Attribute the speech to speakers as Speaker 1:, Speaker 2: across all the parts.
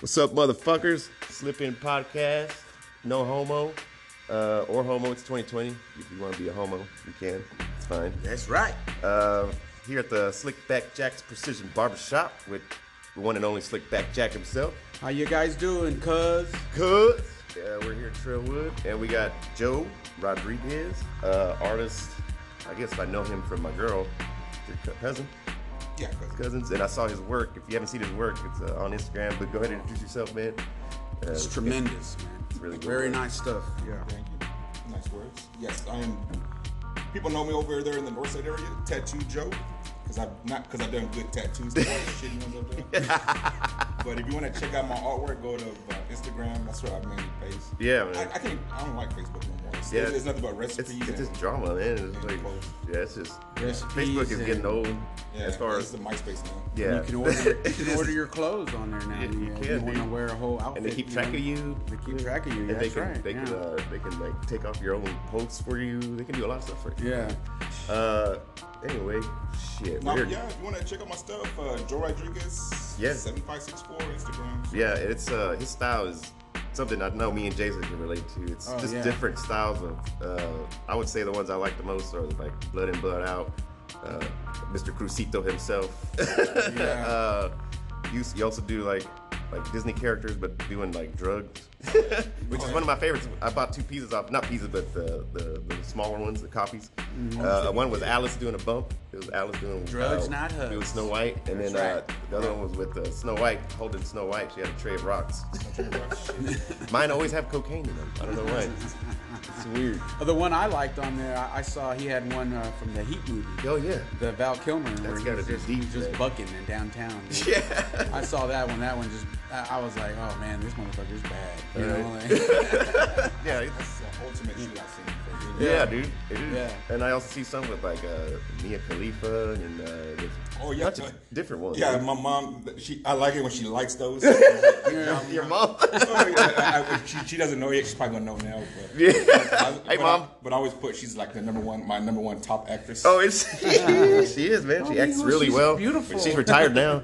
Speaker 1: What's up, motherfuckers? Slip In Podcast. No homo. Uh, or homo. It's 2020. If you want to be a homo, you can. It's fine.
Speaker 2: That's right.
Speaker 1: Uh, here at the Slickback Jack's Precision Barbershop with the one and only Slickback Jack himself.
Speaker 2: How you guys doing, cuz?
Speaker 1: Cuz. Uh, we're here at Trailwood. And we got Joe Rodriguez, uh, artist. I guess if I know him from my girl, your co- cousin.
Speaker 2: Yeah, cuz.
Speaker 1: Cousins. And I saw his work. If you haven't seen his work, it's uh, on Instagram. But go ahead and introduce yourself, man. Uh,
Speaker 2: It's tremendous, man. It's
Speaker 1: really good
Speaker 2: Very
Speaker 1: work.
Speaker 2: nice stuff. Yeah.
Speaker 3: Thank you. Nice words. Yes, I am. People know me over there in the North Side area, Tattoo Joe, because I've not because I've done good tattoos, not shitty ones over there. but if you want to check out my artwork, go to uh, Instagram. That's where I mainly face.
Speaker 1: Yeah, man.
Speaker 3: I, I can't. I don't like Facebook no more. It's,
Speaker 1: Yeah.
Speaker 3: it's, it's nothing but recipes.
Speaker 1: It's, it's
Speaker 3: and,
Speaker 1: just drama, man. It's like,
Speaker 3: clothes.
Speaker 1: yeah, it's just
Speaker 2: Recipes
Speaker 1: Facebook is getting
Speaker 2: and-
Speaker 1: old
Speaker 3: yeah,
Speaker 1: as far
Speaker 3: it's
Speaker 1: as
Speaker 3: the MySpace now.
Speaker 1: yeah.
Speaker 2: You can order, you
Speaker 1: It
Speaker 2: can
Speaker 1: is-
Speaker 2: order your clothes on there now.
Speaker 1: Yeah, you
Speaker 2: know,
Speaker 1: can,
Speaker 2: you want to
Speaker 1: dude.
Speaker 2: wear a whole outfit.
Speaker 1: and they keep track of
Speaker 2: know.
Speaker 1: you.
Speaker 2: They keep track of you.
Speaker 1: And
Speaker 2: That's
Speaker 1: they can
Speaker 2: right.
Speaker 1: they
Speaker 2: yeah.
Speaker 1: can uh, they can like take off your own posts for you. They can do a lot of stuff for you.
Speaker 2: yeah.
Speaker 1: Uh, anyway, shit.
Speaker 3: Now,
Speaker 1: we're-
Speaker 3: yeah, if you want to check out my stuff, uh, Joe Rodriguez,
Speaker 1: Yeah.
Speaker 3: seven five six four Instagram.
Speaker 1: Yeah, it's uh his style is something I know me and Jason can relate to. It's
Speaker 2: Oh,
Speaker 1: just
Speaker 2: yeah.
Speaker 1: different styles of uh I would say the ones I like the most are like Blood and Blood Out, uh Mr. Crucito himself. uh you, s- you also do like like Disney characters but doing like drugs. Which is one of my favorites. I bought two pieces off, not pieces, but the the, the smaller ones, the copies. Uh, one was Alice doing a bump. It was Alice doing
Speaker 2: Mm-hmm. Drugs,
Speaker 1: uh,
Speaker 2: not
Speaker 1: It was
Speaker 2: hugs.
Speaker 1: Snow White, and
Speaker 2: That's
Speaker 1: then uh,
Speaker 2: right.
Speaker 1: the other one was with uh, Snow White holding Snow White. She had a tray of rocks.
Speaker 3: Shit.
Speaker 1: Mine always have cocaine in them. I don't know why. It's weird.
Speaker 2: Uh, The one I liked on there, I, I saw he had one uh, from the Heat movie.
Speaker 1: Oh yeah.
Speaker 2: The Val Kilmer, where
Speaker 1: gotta
Speaker 2: he's
Speaker 1: be
Speaker 2: just,
Speaker 1: deep,
Speaker 2: he's just
Speaker 1: man.
Speaker 2: bucking in downtown. dude.
Speaker 1: Yeah.
Speaker 2: I saw that one. That one just, I, I was like, oh man, this motherfucker's bad. You know,
Speaker 1: Right.
Speaker 2: like,
Speaker 1: Yeah. it-
Speaker 3: That's the ultimate shoot I've seen.
Speaker 1: yeah,
Speaker 2: Yeah.
Speaker 1: dude. It is.
Speaker 2: Yeah.
Speaker 1: And I also see some with like uh, Mia Khalifa and uh, there's
Speaker 3: Oh,
Speaker 1: a
Speaker 3: yeah.
Speaker 1: bunch of different ones.
Speaker 3: Yeah, my mom. She, I like it when she likes those.
Speaker 1: Your mom.
Speaker 3: Oh, yeah, I- I- she, she doesn't know yet. She's probably gonna know now. But,
Speaker 1: Yeah.
Speaker 3: I-
Speaker 1: Hey,
Speaker 3: but I,
Speaker 1: mom.
Speaker 3: but I always put she's like the number one, my number one top actress.
Speaker 1: Oh, it's she is man. She
Speaker 2: Oh,
Speaker 1: acts
Speaker 2: Mia,
Speaker 1: really
Speaker 2: she's
Speaker 1: well.
Speaker 2: beautiful.
Speaker 1: She's retired now.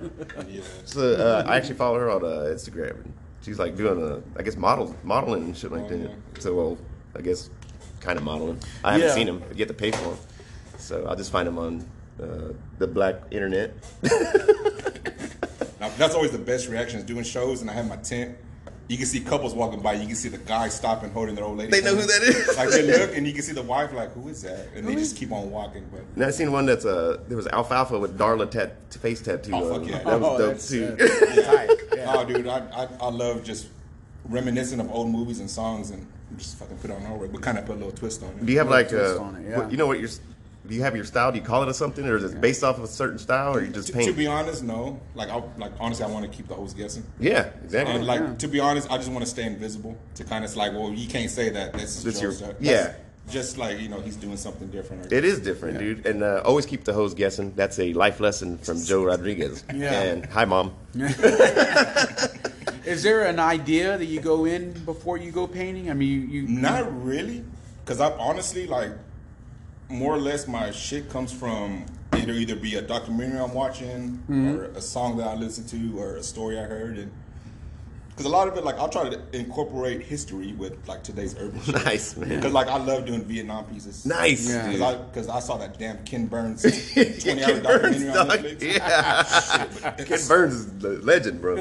Speaker 3: yeah.
Speaker 1: So uh, I actually follow her on uh, Instagram. and She's like doing a, I guess model modeling and shit like
Speaker 3: Oh,
Speaker 1: that.
Speaker 3: yeah.
Speaker 1: So well, I guess kind of modeling. I haven't
Speaker 2: Yeah.
Speaker 1: seen him. You have to pay for him. So I'll just find him on uh, the black internet.
Speaker 3: Now, that's always the best reactions doing shows, and I have my tent. You can see couples walking by. You can see the guy stopping, holding their old lady.
Speaker 1: They know who
Speaker 3: hand.
Speaker 1: that is.
Speaker 3: Like they look, and you can see the wife like, "Who is that?" And they just keep on walking. But
Speaker 1: And I seen one that's uh there was alfalfa with Darla tat- face tattoo.
Speaker 3: Oh,
Speaker 1: on
Speaker 3: fuck
Speaker 1: it.
Speaker 3: yeah.
Speaker 1: That was
Speaker 2: Oh,
Speaker 1: dope
Speaker 2: that's,
Speaker 1: too.
Speaker 2: uh, tight. Yeah.
Speaker 3: Oh, dude, I, I I love just reminiscing of old movies and songs and just fucking put it on our way. We kind of put a little twist on it.
Speaker 1: do you have like
Speaker 2: twist
Speaker 1: uh,
Speaker 2: on it, yeah.
Speaker 1: what, you know what your s- do you have your style? Do you call it a something, or is it based off of a certain style, or you just
Speaker 3: To-
Speaker 1: paint?
Speaker 3: To be honest, no. Like, I, like honestly, I want to keep the host guessing.
Speaker 1: yeah, exactly.
Speaker 3: And like to be honest, I just want to stay invisible. To kind of like, well, you can't say that. This is
Speaker 1: That's
Speaker 3: Joe's
Speaker 1: your-
Speaker 3: stuff.
Speaker 1: yeah.
Speaker 3: That's Just like you know, he's doing something different. Or,
Speaker 1: It is different, dude. And uh, always keep the hoes guessing. That's a life lesson from Joe Rodriguez.
Speaker 2: Yeah.
Speaker 1: And hi, mom.
Speaker 2: Is there an idea that you go in before you go painting? I mean, you, you
Speaker 3: not really, because I honestly like more or less my shit comes from either either be a documentary I'm watching
Speaker 1: Mm-hmm.
Speaker 3: or a song that I listen to or a story I heard and. Because a lot of it, like I'll try to incorporate history with like today's urban shit.
Speaker 1: Nice, man.
Speaker 3: Because like I love doing Vietnam pieces.
Speaker 1: Nice,
Speaker 2: Yeah.
Speaker 1: dude.
Speaker 3: Because I, 'cause I saw that damn Ken Burns 20 hour
Speaker 1: Ken Burns,
Speaker 3: documentary on
Speaker 1: dog.
Speaker 3: Netflix.
Speaker 1: Yeah. Ken Burns is the legend, bro.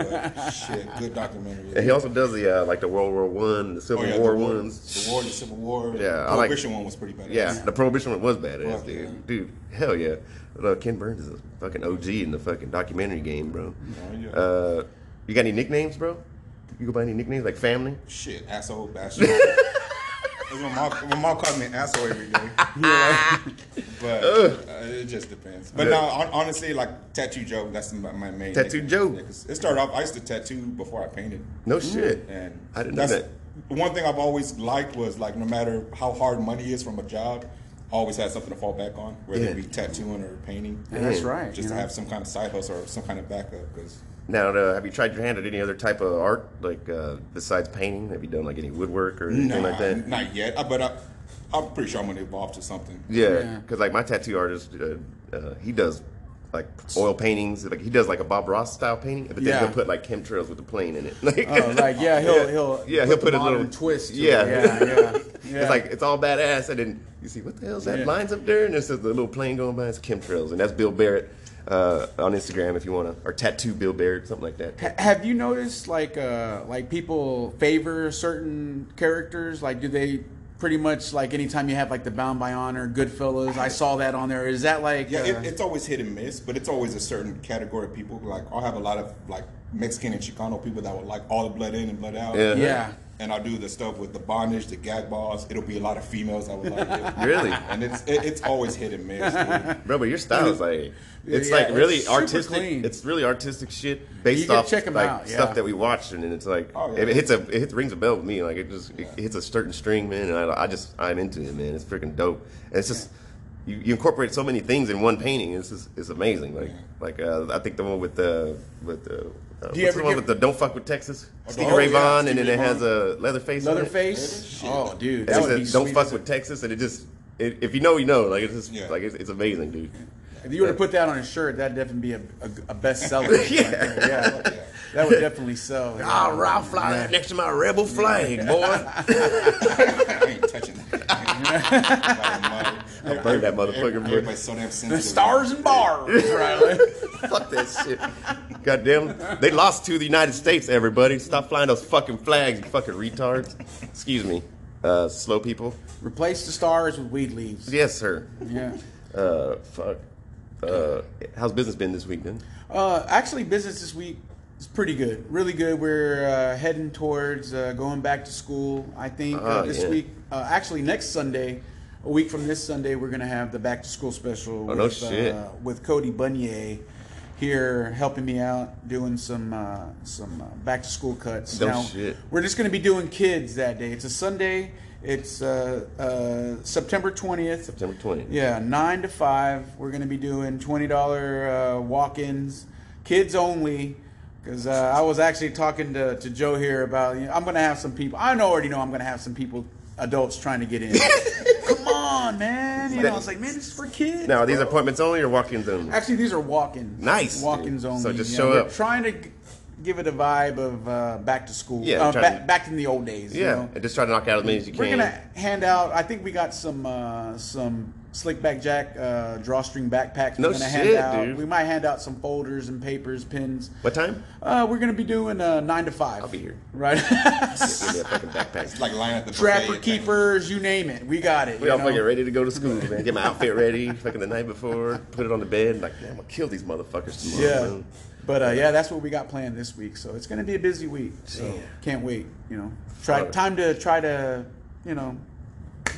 Speaker 3: Shit, good documentary. Oh,
Speaker 1: And he also does the uh, like the World War One, the Civil War ones.
Speaker 3: The war, the Civil War.
Speaker 1: Yeah, I like-
Speaker 3: the Prohibition one was pretty bad.
Speaker 1: Yeah, the Prohibition one was badass,
Speaker 3: Fuck,
Speaker 1: dude.
Speaker 3: yeah.
Speaker 1: Dude, hell yeah. Look, Ken Burns is a fucking OG in the fucking documentary game, bro.
Speaker 3: Oh, yeah.
Speaker 1: Uh, you got any nicknames, bro? You go by any nicknames like family?
Speaker 3: Shit, asshole, bastard. That's my mom. My mom calls me an asshole every day. but uh, it just depends. But
Speaker 1: Yeah.
Speaker 3: no, hon- honestly, like tattoo Joe. That's my, my main.
Speaker 1: Tattoo
Speaker 3: nickname.
Speaker 1: Joe.
Speaker 3: Yeah, 'cause it started off. I used to tattoo before I painted,
Speaker 1: No shit.
Speaker 3: and
Speaker 1: I didn't know
Speaker 3: that's
Speaker 1: that.
Speaker 3: the one thing I've always liked was like no matter how hard money is from a job. I always had something to fall back on, whether
Speaker 1: Yeah.
Speaker 3: it be tattooing or painting.
Speaker 2: and that's right.
Speaker 3: just
Speaker 2: you
Speaker 3: to
Speaker 2: know.
Speaker 3: have some kind of side hustle or some kind of backup because
Speaker 1: Now, uh, have you tried your hand at any other type of art, like uh, besides painting? Have you done like any woodwork or anything like that?
Speaker 3: not yet Uh, but I, i'm pretty sure i'm going to evolve to something
Speaker 1: Yeah,
Speaker 2: Yeah.
Speaker 1: because like my tattoo artist, uh, uh, he does like oil paintings. Like he does like a Bob Ross style painting, but then
Speaker 2: Yeah.
Speaker 1: he'll put like chemtrails with the plane in it. Like,
Speaker 2: Oh, like yeah, he'll
Speaker 1: Yeah.
Speaker 2: he'll
Speaker 1: yeah he'll
Speaker 2: the
Speaker 1: put a
Speaker 2: modern
Speaker 1: little
Speaker 2: twist. To
Speaker 1: yeah.
Speaker 2: it. yeah, yeah, yeah.
Speaker 1: It's like it's all badass, and then you see what the hell's that
Speaker 2: Yeah.
Speaker 1: lines up there, and it's just a little plane going by. It's chemtrails, and that's Bill Barrett uh, on Instagram if you wanna, or tattoo Bill Barrett, something like that.
Speaker 2: Ha- Have you noticed like uh like people favor certain characters? Like, do they pretty much like anytime you have like the Bound by Honor, Goodfellas? I saw that on there. Is that like
Speaker 3: Yeah,
Speaker 2: uh,
Speaker 3: it, it's always hit and miss, but it's always a certain category of people. Like I'll have a lot of like Mexican and Chicano people that would like all the blood in and blood out.
Speaker 1: Yeah.
Speaker 2: yeah.
Speaker 3: And I'll do the stuff with the bondage, the gag balls. It'll be a lot of females that would like it.
Speaker 1: Really?
Speaker 3: And it's it, it's always hit and miss. Dude.
Speaker 1: Bro, but your style is like it's
Speaker 2: Yeah,
Speaker 1: like
Speaker 2: it's
Speaker 1: really
Speaker 2: super
Speaker 1: artistic.
Speaker 2: clean.
Speaker 1: It's really artistic shit based
Speaker 2: You gotta
Speaker 1: off
Speaker 2: check 'em
Speaker 1: like
Speaker 2: out, yeah.
Speaker 1: stuff that we watched, and then it's like
Speaker 3: Oh, yeah.
Speaker 1: if it hits a it hits, rings a bell with me. Like it just it hits a certain string, man. And I, I just I'm into it, man. It's freaking dope. And it's just you, you incorporate so many things in one painting. It's just, it's amazing. Like like uh, I think the one with the with the uh, what's
Speaker 2: you
Speaker 1: the
Speaker 2: ever
Speaker 1: one
Speaker 2: get-
Speaker 1: with the Don't Fuck with Texas?
Speaker 3: the-
Speaker 1: Stevie
Speaker 3: oh,
Speaker 1: Ray
Speaker 3: yeah,
Speaker 1: Vaughan, and
Speaker 3: Stevie
Speaker 1: then it
Speaker 3: Ray
Speaker 1: has a Leatherface. on it.
Speaker 2: Leatherface.
Speaker 3: Shit.
Speaker 2: Oh, dude,
Speaker 1: And
Speaker 2: that
Speaker 1: it
Speaker 2: would be
Speaker 1: says, Don't
Speaker 2: sweet
Speaker 1: fuck
Speaker 2: as
Speaker 1: with Texas, and it just it, if you know, you know. Like it's just
Speaker 3: Yeah.
Speaker 1: like it's, it's amazing, dude.
Speaker 2: If you were to put that on a shirt, that'd definitely be a, a, a bestseller. right
Speaker 1: Yeah.
Speaker 2: there. yeah.
Speaker 3: Yeah.
Speaker 2: That would definitely sell.
Speaker 1: Ah, Ralph fly right next to my rebel flag, boy.
Speaker 3: I ain't touching that. Like, my-
Speaker 1: Burn that motherfucker, bro.
Speaker 3: Everybody's so damn sensitive.
Speaker 2: Stars and bars. Right?
Speaker 1: Fuck that shit. Goddamn, they lost to the United States. Everybody, stop flying those fucking flags, you fucking retards. Excuse me, uh, slow people.
Speaker 2: Replace the stars with weed leaves.
Speaker 1: Yes, sir.
Speaker 2: Yeah.
Speaker 1: Uh, fuck. Uh, how's business been this week, then?
Speaker 2: Uh, actually, business this week is pretty good. Really good. We're uh, heading towards uh, going back to school. I think uh,
Speaker 1: Oh,
Speaker 2: this
Speaker 1: yeah.
Speaker 2: week, uh, actually next Sunday, a week from this Sunday, we're gonna have the back to school special.
Speaker 1: Oh, no shit.
Speaker 2: Uh, with Cody Bunye here helping me out doing some uh, some uh, back to school cuts.
Speaker 1: No shit.
Speaker 2: We're just gonna be doing kids that day. It's a Sunday. It's uh, uh, September twentieth.
Speaker 1: September 20th.
Speaker 2: Yeah, nine to five. We're gonna be doing twenty dollar uh, walk-ins, kids only. Because uh, I was actually talking to, to Joe here about you know, I'm gonna have some people. I know already know I'm gonna have some people, adults trying to get in. Come on, man. You know, it's like man, this is for kids.
Speaker 1: Now, are these appointments only or walk-ins only?
Speaker 2: Actually, these are walk-ins.
Speaker 1: Nice, dude.
Speaker 2: Walk-ins only.
Speaker 1: So just
Speaker 2: you
Speaker 1: show
Speaker 2: know. We're
Speaker 1: up.
Speaker 2: Trying to g- give it a vibe of uh, back to school.
Speaker 1: Yeah,
Speaker 2: Uh,
Speaker 1: try
Speaker 2: ba-
Speaker 1: to-
Speaker 2: back in the old days. you
Speaker 1: yeah,
Speaker 2: know?
Speaker 1: and just try to knock out as many as you
Speaker 2: We're
Speaker 1: can.
Speaker 2: gonna hand out. I think we got some uh, some slickback jack uh, drawstring backpacks.
Speaker 1: No
Speaker 2: we're gonna
Speaker 1: shit,
Speaker 2: hand out.
Speaker 1: dude.
Speaker 2: We might hand out some folders and papers, pens.
Speaker 1: What time?
Speaker 2: Uh, we're gonna be doing uh, nine to five.
Speaker 1: I'll be here.
Speaker 2: Right,
Speaker 1: Give me a fucking backpack.
Speaker 3: Like lying at the buffet
Speaker 2: trapper
Speaker 3: and thinking-
Speaker 2: keepers, you name it, we got it.
Speaker 1: We
Speaker 2: you
Speaker 1: all
Speaker 2: know?
Speaker 1: fucking ready to go to school, man. Get my outfit ready, fucking the night before, put it on the bed, like, man, I'm gonna kill these motherfuckers tomorrow.
Speaker 2: Yeah,
Speaker 1: man.
Speaker 2: but uh, yeah, that's what we got planned this week. So it's gonna be a busy week. So can't wait. You know, try
Speaker 1: Fuck.
Speaker 2: time to try to you know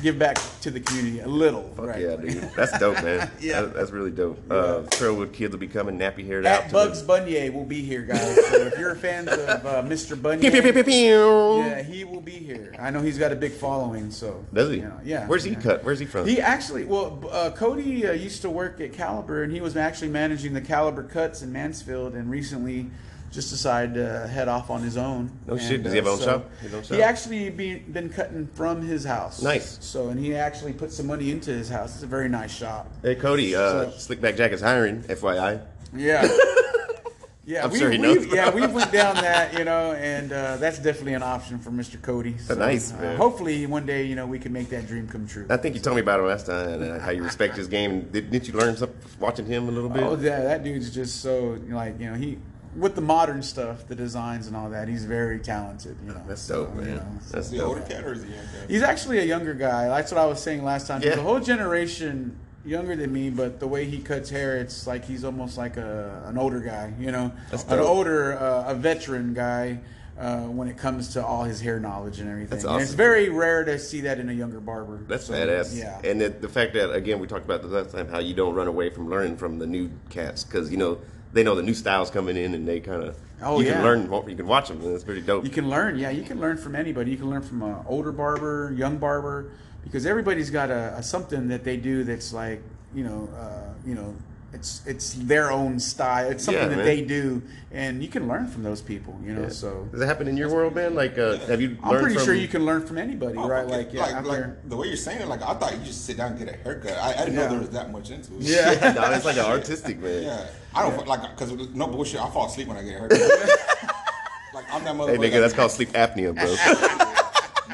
Speaker 2: give back to the community a little. right.
Speaker 1: Yeah, dude. That's dope, man.
Speaker 2: Yeah.
Speaker 1: That- that's really dope. Uh, Trailwood kids will be coming nappy haired out.
Speaker 2: At
Speaker 1: to
Speaker 2: Bugs
Speaker 1: the-
Speaker 2: Bunye will be here, guys. So if you're fans of uh, Mr.
Speaker 1: Pew, pew, pew, pew,
Speaker 2: Bunye,
Speaker 1: pew.
Speaker 2: yeah, he will be here. I know he's got a big following, so
Speaker 1: Does he?
Speaker 2: you know, yeah.
Speaker 1: Where's he
Speaker 2: yeah.
Speaker 1: cut? Where's he from?
Speaker 2: He actually, well, uh, Cody uh, used to work at Caliber, and he was actually managing the Caliber cuts in Mansfield, and recently just decided to head off on his own.
Speaker 1: No
Speaker 2: And,
Speaker 1: shit, does he
Speaker 2: uh,
Speaker 1: have his own
Speaker 2: so
Speaker 1: shop? His own shop?
Speaker 2: He actually be, been cutting from his house.
Speaker 1: Nice.
Speaker 2: So, and he actually put some money into his house. It's a very nice shop.
Speaker 1: hey, Cody, uh, Slickback Jack is hiring, FYI.
Speaker 2: Yeah. Yeah,
Speaker 1: I'm
Speaker 2: we,
Speaker 1: sure he
Speaker 2: we-
Speaker 1: knows.
Speaker 2: yeah, we went down that, you know, and uh, that's definitely an option for Mr. Cody. So,
Speaker 1: nice,
Speaker 2: uh,
Speaker 1: man.
Speaker 2: hopefully, one day, you know, we can make that dream come true.
Speaker 1: I think you told me about him last time and uh, how you respect his game. Did, didn't you learn something watching him a little bit?
Speaker 2: Oh yeah, that dude's just so like you know he with the modern stuff, the designs and all that. He's very talented. You know,
Speaker 1: that's
Speaker 2: so,
Speaker 1: dope,
Speaker 2: you
Speaker 1: man.
Speaker 2: know, so-
Speaker 1: That's
Speaker 3: Is he an
Speaker 1: dope.
Speaker 3: older cat or is he a young cat?
Speaker 2: He's actually a younger guy. That's what I was saying last time. He's
Speaker 1: Yeah.
Speaker 2: a whole generation younger than me, but the way he cuts hair, it's like he's almost like a an older guy. You know,
Speaker 1: That's
Speaker 2: an
Speaker 1: dope.
Speaker 2: older, uh, a veteran guy. Uh, when it comes to all his hair knowledge and everything,
Speaker 1: That's
Speaker 2: And it's
Speaker 1: awesome.
Speaker 2: very rare to see that in a younger barber.
Speaker 1: That's
Speaker 2: So,
Speaker 1: badass.
Speaker 2: Yeah,
Speaker 1: And the, the fact that again we talked about this last time how you don't run away from learning from the new cats because you know they know the new styles coming in and they kind of
Speaker 2: Oh,
Speaker 1: you
Speaker 2: yeah.
Speaker 1: can learn what- you can watch them and it's pretty dope.
Speaker 2: You can learn, yeah, you can learn from anybody. You can learn from an older barber, young barber, because everybody's got a, a something that they do that's like, you know, uh, you know, it's it's their own style. It's something
Speaker 1: Yeah,
Speaker 2: that
Speaker 1: man.
Speaker 2: they do, and you can learn from those people. You know,
Speaker 1: Yeah.
Speaker 2: so
Speaker 1: Does that happen in your world, man? Like, uh, have you?
Speaker 2: I'm
Speaker 1: learned
Speaker 2: pretty
Speaker 1: from-
Speaker 2: sure you can learn from anybody, right?
Speaker 3: Okay.
Speaker 2: Like Oh, yeah, out there.
Speaker 3: the way you're saying it, like I thought you just sit down and get a haircut. I, I didn't
Speaker 2: Yeah.
Speaker 3: know there was that much into it.
Speaker 2: Yeah.
Speaker 1: no, it's like an artistic man.
Speaker 3: Yeah. I don't like because no bullshit. I fall asleep when I get a haircut. like I'm that
Speaker 1: Hey,
Speaker 3: motherfucker.
Speaker 1: nigga, that's called sleep apnea, bro.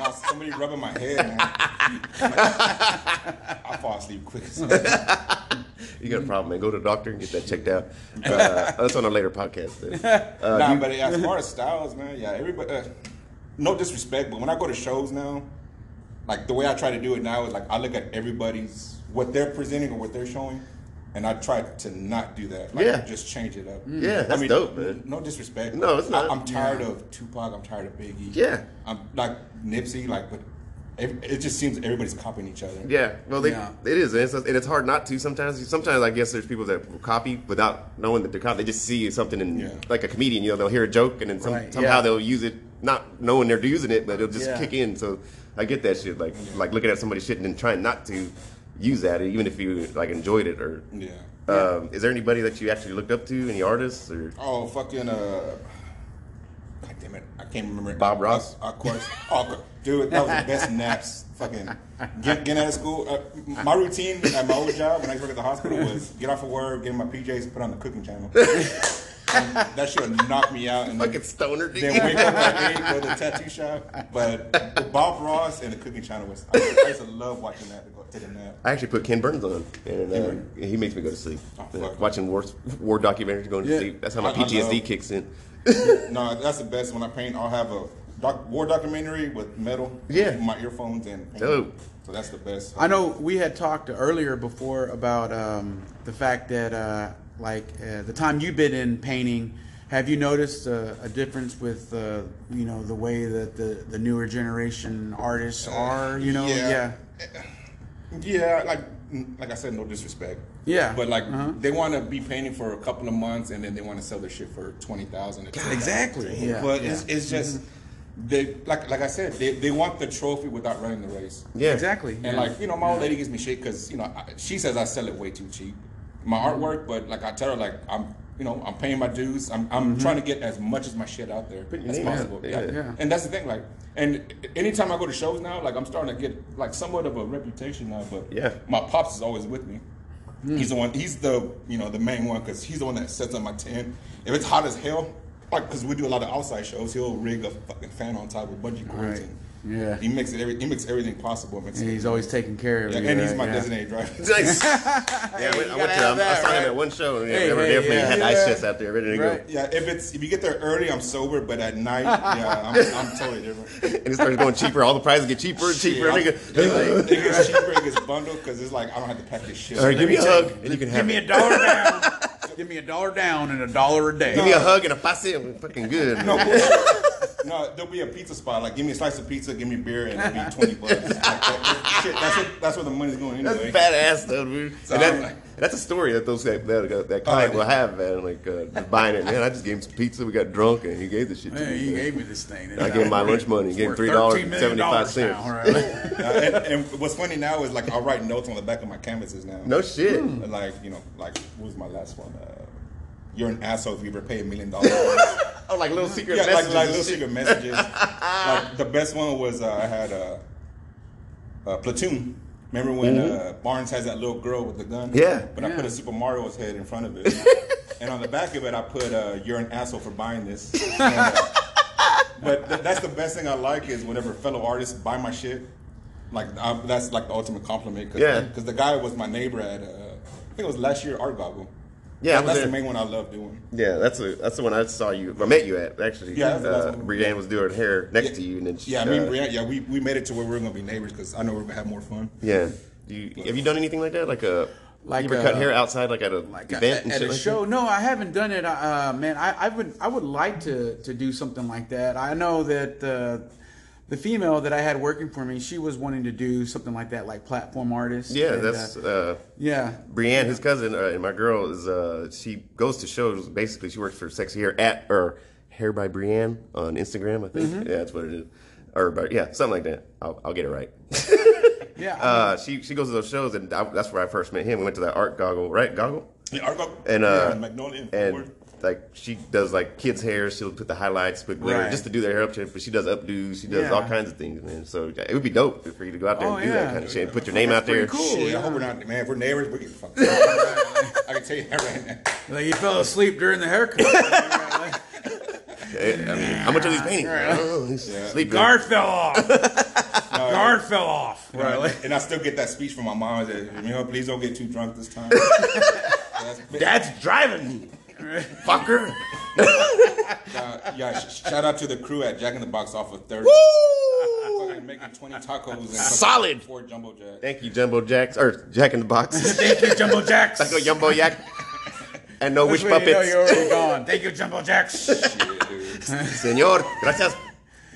Speaker 3: No, somebody rubbing my head. Man. I fall asleep quick. as hell.
Speaker 1: you got a problem, man. Go to the doctor and get that checked out. Uh, that's on a later podcast. Then.
Speaker 3: nah, but as far as styles, man, yeah, everybody. Uh, no disrespect, but when I go to shows now, like the way I try to do it now is like I look at everybody's what they're presenting or what they're showing, and I try to not do that. Like,
Speaker 1: Yeah.
Speaker 3: just change it up.
Speaker 1: Yeah, that's dope, man.
Speaker 3: No disrespect.
Speaker 1: No, it's not.
Speaker 3: I, am tired of Tupac. I'm tired of Biggie.
Speaker 1: Yeah.
Speaker 3: I'm like Nipsey. Like, but ev- it just seems everybody's copying each other.
Speaker 1: Yeah, well, they,
Speaker 2: Yeah.
Speaker 1: it is, and it's, and it's hard not to sometimes. Sometimes I guess there's people that will copy without knowing that they're copying. They just see something in,
Speaker 3: Yeah.
Speaker 1: like a comedian, you know, they'll hear a joke and then some,
Speaker 2: Right,
Speaker 1: somehow
Speaker 2: yeah.
Speaker 1: they'll use it, not knowing they're using it, but it'll just
Speaker 2: Yeah.
Speaker 1: kick in. So I get that shit, like like looking at somebody's shit and then trying not to use that, even if you like enjoyed it. Or
Speaker 3: Yeah.
Speaker 1: um, is there anybody that you actually looked up to? Any artists? Or
Speaker 3: Oh fucking uh. God damn it! I can't remember. it.
Speaker 1: Bob Ross?
Speaker 3: Uh, of course. Oh, co- dude, that was the best naps. Fucking get, getting out of school. Uh, my routine at my old job when I worked at the hospital was get off of work, get in my PJs, put on the cooking channel. And that shit would knock me out. And
Speaker 1: fucking stoner? dude.
Speaker 3: then wake up at eight, go to the tattoo shop. But Bob Ross and the cooking channel was. I used, I used to love watching that. To go to the nap.
Speaker 1: I actually put Ken Burns on, and uh, he makes me go to sleep.
Speaker 3: Oh,
Speaker 1: Uh,
Speaker 3: fuck.
Speaker 1: Watching war war documentaries, going to
Speaker 2: Yeah.
Speaker 1: sleep. That's how my
Speaker 3: I- I
Speaker 1: PTSD
Speaker 3: love-
Speaker 1: kicks in.
Speaker 3: No, that's the best. When I paint, I'll have a doc- war documentary with metal.
Speaker 1: Yeah.
Speaker 3: My earphones and paint.
Speaker 1: Dope.
Speaker 3: So that's the best.
Speaker 2: I know we had talked earlier before about um, the fact that, uh, like, uh, the time you've been in painting, have you noticed uh, a difference with, uh, you know, the way that the, the newer generation artists are? You know, yeah,
Speaker 3: yeah. Yeah, like mm, like I said, no disrespect.
Speaker 2: Yeah. Uh-huh.
Speaker 3: But like they want to be painting for a couple of months and then they want to sell their shit for twenty thousand.
Speaker 2: exactly. Yeah,
Speaker 3: But
Speaker 2: yeah. Mm-hmm.
Speaker 3: it's it's just they like like I said they they want the trophy without running the race.
Speaker 1: Yeah,
Speaker 2: exactly.
Speaker 3: And
Speaker 2: yeah.
Speaker 3: like you know, my old lady gives me shit because you know I, she says I sell it way too cheap, my artwork. But like I tell her, like I'm you know I'm paying my dues. I'm I'm trying to get as much as my shit out there
Speaker 1: But you
Speaker 3: as
Speaker 1: need it.
Speaker 3: possible. Yeah.
Speaker 1: Yeah.
Speaker 2: Yeah.
Speaker 3: And that's the thing, like, and anytime I go to shows now, like I'm starting to get like somewhat of a reputation now. But
Speaker 1: Yeah.
Speaker 3: my pops is always with me. He's the one. He's the you know the main one because he's the one that sets up my tent. If it's hot as hell. Like, cause we do a lot of outside shows, he'll rig a fucking fan on top with bungee
Speaker 2: Right.
Speaker 3: cords, and
Speaker 2: Yeah.
Speaker 3: he makes it. Every, he makes everything possible. Makes
Speaker 2: And he's always taking care of
Speaker 3: yeah,
Speaker 2: you.
Speaker 3: and he's
Speaker 2: right?
Speaker 3: my
Speaker 2: Yeah.
Speaker 3: designated driver.
Speaker 1: Nice. yeah, I went, I, went
Speaker 2: gotta
Speaker 1: to, um,
Speaker 2: have
Speaker 1: I
Speaker 2: that,
Speaker 1: saw him
Speaker 2: right?
Speaker 1: at one show, and
Speaker 2: Hey,
Speaker 1: they were
Speaker 2: hey,
Speaker 1: there for me.
Speaker 2: yeah.
Speaker 1: had ice
Speaker 2: Yeah.
Speaker 1: chests out there, ready to
Speaker 2: Right.
Speaker 1: go.
Speaker 3: Yeah, if it's if you get there early, I'm sober, but at night, yeah, I'm, I'm totally different.
Speaker 1: And it starts going cheaper. All the prizes get cheaper and cheaper. and
Speaker 3: I'm-
Speaker 1: they go,
Speaker 3: It gets cheaper, it gets bundled because it's like I don't have to pack this shit.
Speaker 1: All right, give me a
Speaker 2: Let me
Speaker 1: hug, and you can
Speaker 2: Give
Speaker 1: have
Speaker 2: me
Speaker 1: it.
Speaker 2: a dollar down. Give me a dollar down and a dollar a day.
Speaker 1: Give me a hug and a passe. I'm fucking good.
Speaker 3: no, bullshit. no, there'll be a pizza spot. Like, give me a slice of pizza, give me beer, and it'll be twenty bucks. Like, that- shit, that's what, that's where the money's going
Speaker 1: That's
Speaker 3: anyway.
Speaker 1: badass though, dude. and that,
Speaker 3: I'm like-
Speaker 1: and that's a story that those that that, that client
Speaker 3: Oh, yeah.
Speaker 1: will have, man. Like uh, just buying it, man. I just gave him some pizza. We got drunk, and he gave the shit to
Speaker 2: Hey,
Speaker 1: me.
Speaker 2: you
Speaker 1: man.
Speaker 2: gave me this thing.
Speaker 1: I gave him my lunch money. Gave him three dollars and seventy five cents.
Speaker 3: Yeah, Uh, and, and what's funny now is like I'll write notes on the back of my canvases now.
Speaker 1: No shit.
Speaker 3: And, like you know, like what was my last one? Uh, you're an asshole if you ever pay a million dollars.
Speaker 1: Oh, like little secret
Speaker 3: yeah, like,
Speaker 1: messages.
Speaker 3: like
Speaker 1: and
Speaker 3: little
Speaker 1: shit.
Speaker 3: secret messages. like the best one was uh, I had a, uh platoon. Remember when uh, Barnes has that little girl with the gun?
Speaker 1: Mm-hmm. Yeah.
Speaker 3: But I
Speaker 2: Yeah.
Speaker 3: put a Super Mario's head in front of it, and on the back of it I put uh, "You're an asshole for buying this." And, uh, but th- that's the best thing I like is whenever fellow artists buy my shit. Like I, that's like the ultimate compliment. Cause,
Speaker 1: Yeah.
Speaker 3: Because the guy was my neighbor at uh, I think it was last year Art Gobble.
Speaker 1: Yeah, I
Speaker 3: That-
Speaker 1: was
Speaker 3: that's
Speaker 1: there.
Speaker 3: the main one I love doing.
Speaker 1: Yeah, that's a, that's the one I saw you. I met you at actually.
Speaker 3: Yeah, that's the
Speaker 1: uh,
Speaker 3: last one.
Speaker 1: Brianne was doing her hair next to you, and then she,
Speaker 3: Yeah, I mean,
Speaker 1: uh,
Speaker 3: Brianna, yeah, we, we made it to where we are gonna be neighbors because I know we're gonna have more fun.
Speaker 1: Yeah, you, have you done anything like that? Like a
Speaker 2: Like,
Speaker 1: you ever cut
Speaker 2: uh,
Speaker 1: hair outside, like at a
Speaker 2: Like at,
Speaker 1: event and
Speaker 2: at
Speaker 1: shit
Speaker 2: a
Speaker 1: like
Speaker 2: show?
Speaker 1: that?
Speaker 2: No, I haven't done it. Uh, man, I, I would I would like to to do something like that. I know that uh, the female that I had working for me, she was wanting to do something like that, like platform artist.
Speaker 1: Yeah,
Speaker 2: And,
Speaker 1: that's
Speaker 2: uh,
Speaker 1: uh,
Speaker 2: yeah.
Speaker 1: Brianne, his cousin, uh, and my girl is uh, she goes to shows. Basically, she works for Sexy Hair at or Hair by Brianne on Instagram. I think
Speaker 2: Mm-hmm.
Speaker 1: yeah, that's what it is. Or but yeah, something like that. I'll, I'll get it right.
Speaker 2: Yeah, I
Speaker 1: uh, she she goes to those shows, and I, that's where I first met him. We went to that art goggle, right? Goggle.
Speaker 3: Yeah, Argo
Speaker 1: and uh,
Speaker 3: yeah, Magnolia and,
Speaker 1: and
Speaker 3: Ford.
Speaker 1: like she does like kids' hair. She'll put the highlights, put glitter,
Speaker 2: Right.
Speaker 1: just to do their hair up. to But she does updos. She does
Speaker 2: Yeah.
Speaker 1: all kinds of things, man. So yeah, it would be dope for you to go out there
Speaker 2: Oh,
Speaker 1: and do
Speaker 2: yeah.
Speaker 1: that kind of shit and put your name out
Speaker 2: pretty
Speaker 1: there.
Speaker 2: cool.
Speaker 3: Shit, I hope we're not, man. If we're neighbors, we can fuck. I can tell you that right now.
Speaker 2: Like he fell asleep during the haircut.
Speaker 1: Eh, I mean, how much are these paintings? Oh, he's sleeping.
Speaker 2: Guard fell off. Guard fell off.
Speaker 3: And I-
Speaker 2: Riley.
Speaker 3: And I still get that speech from my mom that you know, please don't get too drunk this time. That's-
Speaker 1: Dad's driving me, fucker.
Speaker 3: uh, yeah, sh- shout out to the crew at Jack in the Box off of Third. Fucking making twenty tacos and
Speaker 1: Solid.
Speaker 3: four jumbo jacks.
Speaker 1: Thank you, Jumbo Jacks or Jack in the Box.
Speaker 2: Thank you, Jumbo Jacks.
Speaker 1: Go Jumbo Yak. And no wish
Speaker 2: That's when you know
Speaker 1: puppets,
Speaker 2: you're already gone. Thank you, Jumbo Jacks.
Speaker 3: Shit, dude.
Speaker 1: Senor. Gracias.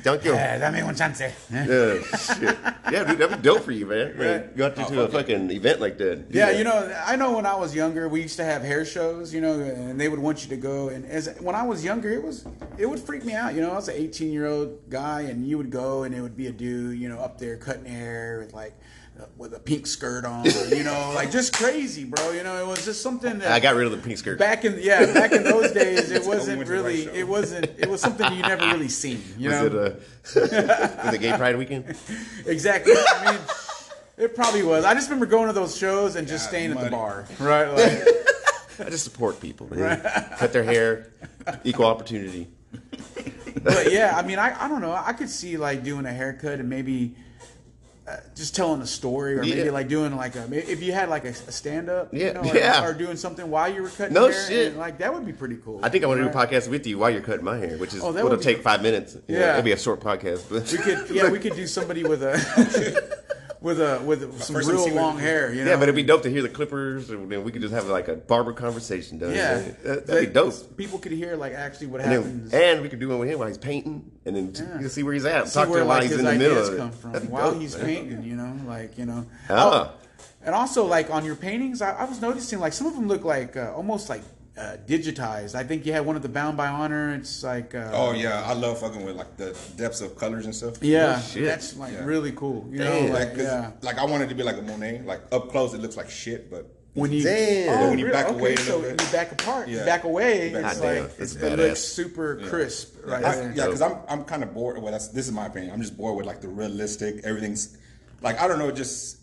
Speaker 1: Thank you.
Speaker 2: Eh, dame un chance. Eh?
Speaker 1: Yeah, shit. Yeah, dude, that'd be dope for you, man. Like, go out to, to a fucking event like that. Do
Speaker 2: Oh, Yeah,
Speaker 1: that.
Speaker 2: you know, I know when I was younger, we used to have hair shows, you know, and they would want you to go. And as when I was younger, it was it would freak me out, you know. I was an 18 year old guy, and you would go, and it would be a dude, you know, up there cutting hair with like uh, with a pink skirt on, you know, like just crazy, bro. You know, it was just something that
Speaker 1: I got rid of the pink skirt.
Speaker 2: back in yeah back in those days. It
Speaker 3: went
Speaker 2: wasn't
Speaker 3: to the right
Speaker 2: really
Speaker 3: show.
Speaker 2: it wasn't it was something you never really seen, you
Speaker 1: was
Speaker 2: know.
Speaker 1: it uh, was it Gay Pride weekend?
Speaker 2: Exactly. I mean, it probably was. I just remember going to those shows and just
Speaker 3: God,
Speaker 2: staying at the
Speaker 3: money.
Speaker 2: bar, right? Like,
Speaker 1: I just support people, man. Cut their hair, equal opportunity.
Speaker 2: but yeah, I mean, I, I don't know. I could see like doing a haircut and maybe uh, just telling a story, or maybe
Speaker 1: Yeah.
Speaker 2: like doing like a if you had like a, stand up,
Speaker 1: Yeah,
Speaker 2: you know, or,
Speaker 1: yeah.
Speaker 2: or doing something while you were cutting
Speaker 1: No
Speaker 2: hair,
Speaker 1: shit.
Speaker 2: and, like that would be pretty cool.
Speaker 1: I think I want to do a
Speaker 2: Right?
Speaker 1: podcast with you while you're cutting my hair, which is
Speaker 2: Oh, that
Speaker 1: it'll
Speaker 2: would be-
Speaker 1: take five minutes. You know,
Speaker 2: Yeah.
Speaker 1: it'll be a short podcast. But
Speaker 2: We could, yeah, we could do somebody with a with a with some
Speaker 3: First, let's see
Speaker 2: real
Speaker 3: what-
Speaker 2: long hair, you know?
Speaker 1: yeah, but it'd be dope to hear the clippers, and then we could just have like a barber conversation. Though.
Speaker 2: yeah,
Speaker 1: That- that'd be dope.
Speaker 2: People could hear like actually what
Speaker 1: And,
Speaker 2: happens.
Speaker 1: then, and we could do one with him while he's painting, and then you can see where he's at.
Speaker 2: See
Speaker 1: Talk to
Speaker 2: where,
Speaker 1: him while
Speaker 2: like,
Speaker 1: he's in
Speaker 2: his
Speaker 1: the middle
Speaker 2: ideas
Speaker 1: of it.
Speaker 2: come from.
Speaker 1: That'd be
Speaker 2: While
Speaker 1: dope,
Speaker 2: he's
Speaker 1: man.
Speaker 2: painting, you know, like you know.
Speaker 1: Ah.
Speaker 2: Oh, And also, like on your paintings, I, I was noticing like some of them look like uh, almost like uh, digitized. I think you had one of the Bound by Honor. It's like uh,
Speaker 3: Oh yeah, I love fucking with like the depths of colors and stuff.
Speaker 2: yeah,
Speaker 1: shit.
Speaker 2: that's like
Speaker 3: Yeah.
Speaker 2: really cool. You
Speaker 1: Damn.
Speaker 2: know,
Speaker 3: Like,
Speaker 2: like
Speaker 3: 'cause,
Speaker 2: yeah.
Speaker 3: like I wanted to be like a Monet. Like up close, it looks like shit, but
Speaker 2: When you
Speaker 1: Damn.
Speaker 2: Oh,
Speaker 3: When you
Speaker 2: really?
Speaker 3: back
Speaker 2: okay,
Speaker 3: away a
Speaker 2: so
Speaker 3: little
Speaker 2: you
Speaker 3: bit.
Speaker 2: back apart, you
Speaker 3: Yeah.
Speaker 2: back away.
Speaker 3: Back
Speaker 2: it's
Speaker 1: away.
Speaker 2: like
Speaker 1: That's
Speaker 2: it
Speaker 1: badass.
Speaker 2: looks super crisp, right?
Speaker 3: I-
Speaker 2: there.
Speaker 3: yeah, because I'm I'm kind of bored. Well, that's this is my opinion. I'm just bored with like the realistic. Everything's like I don't know. Just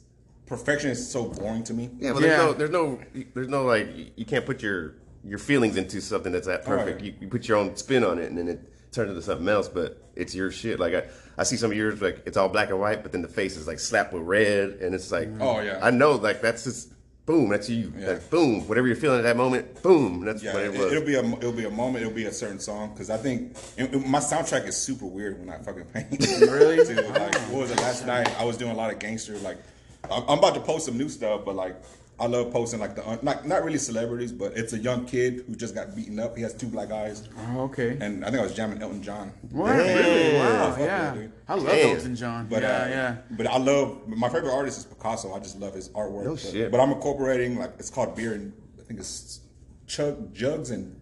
Speaker 3: perfection is so boring to me.
Speaker 1: Yeah, but
Speaker 2: Yeah.
Speaker 1: there's no, there's no, there's no like you- you can't put your your feelings into something that's that perfect.
Speaker 3: Right.
Speaker 1: You, you put your own spin on it, and then it turns into something else. But it's your shit. Like I, I see some of yours like it's all black and white, but then the face is like slapped with red, and it's like,
Speaker 3: Oh, yeah.
Speaker 1: I know. Like that's just boom, that's you.
Speaker 3: Yeah.
Speaker 1: Like boom, whatever you're feeling at that moment, boom, that's
Speaker 3: Yeah,
Speaker 1: what
Speaker 3: it,
Speaker 1: it was.
Speaker 3: will be a it'll be a moment. It'll be a certain song because I think and- and my soundtrack is super weird when I fucking paint.
Speaker 2: Really? Oh.
Speaker 3: Dude, like, what was it last night? I was doing a lot of gangster. Like, I'm I'm about to post some new stuff, but like, I love posting like the un- not not really celebrities, but it's a young kid who just got beaten up. He has two black eyes,
Speaker 2: Oh, okay.
Speaker 3: and I think I was jamming Elton John.
Speaker 2: Wow, really? Wow,
Speaker 3: Fuck yeah,
Speaker 2: yeah.
Speaker 3: dude.
Speaker 2: I love
Speaker 1: Damn.
Speaker 2: Elton John.
Speaker 3: But
Speaker 2: yeah,
Speaker 3: uh,
Speaker 2: yeah.
Speaker 3: But I love my favorite artist is Picasso. I just love his artwork.
Speaker 1: No
Speaker 3: but,
Speaker 1: shit.
Speaker 3: but I'm incorporating like it's called beer and I think it's chug jugs and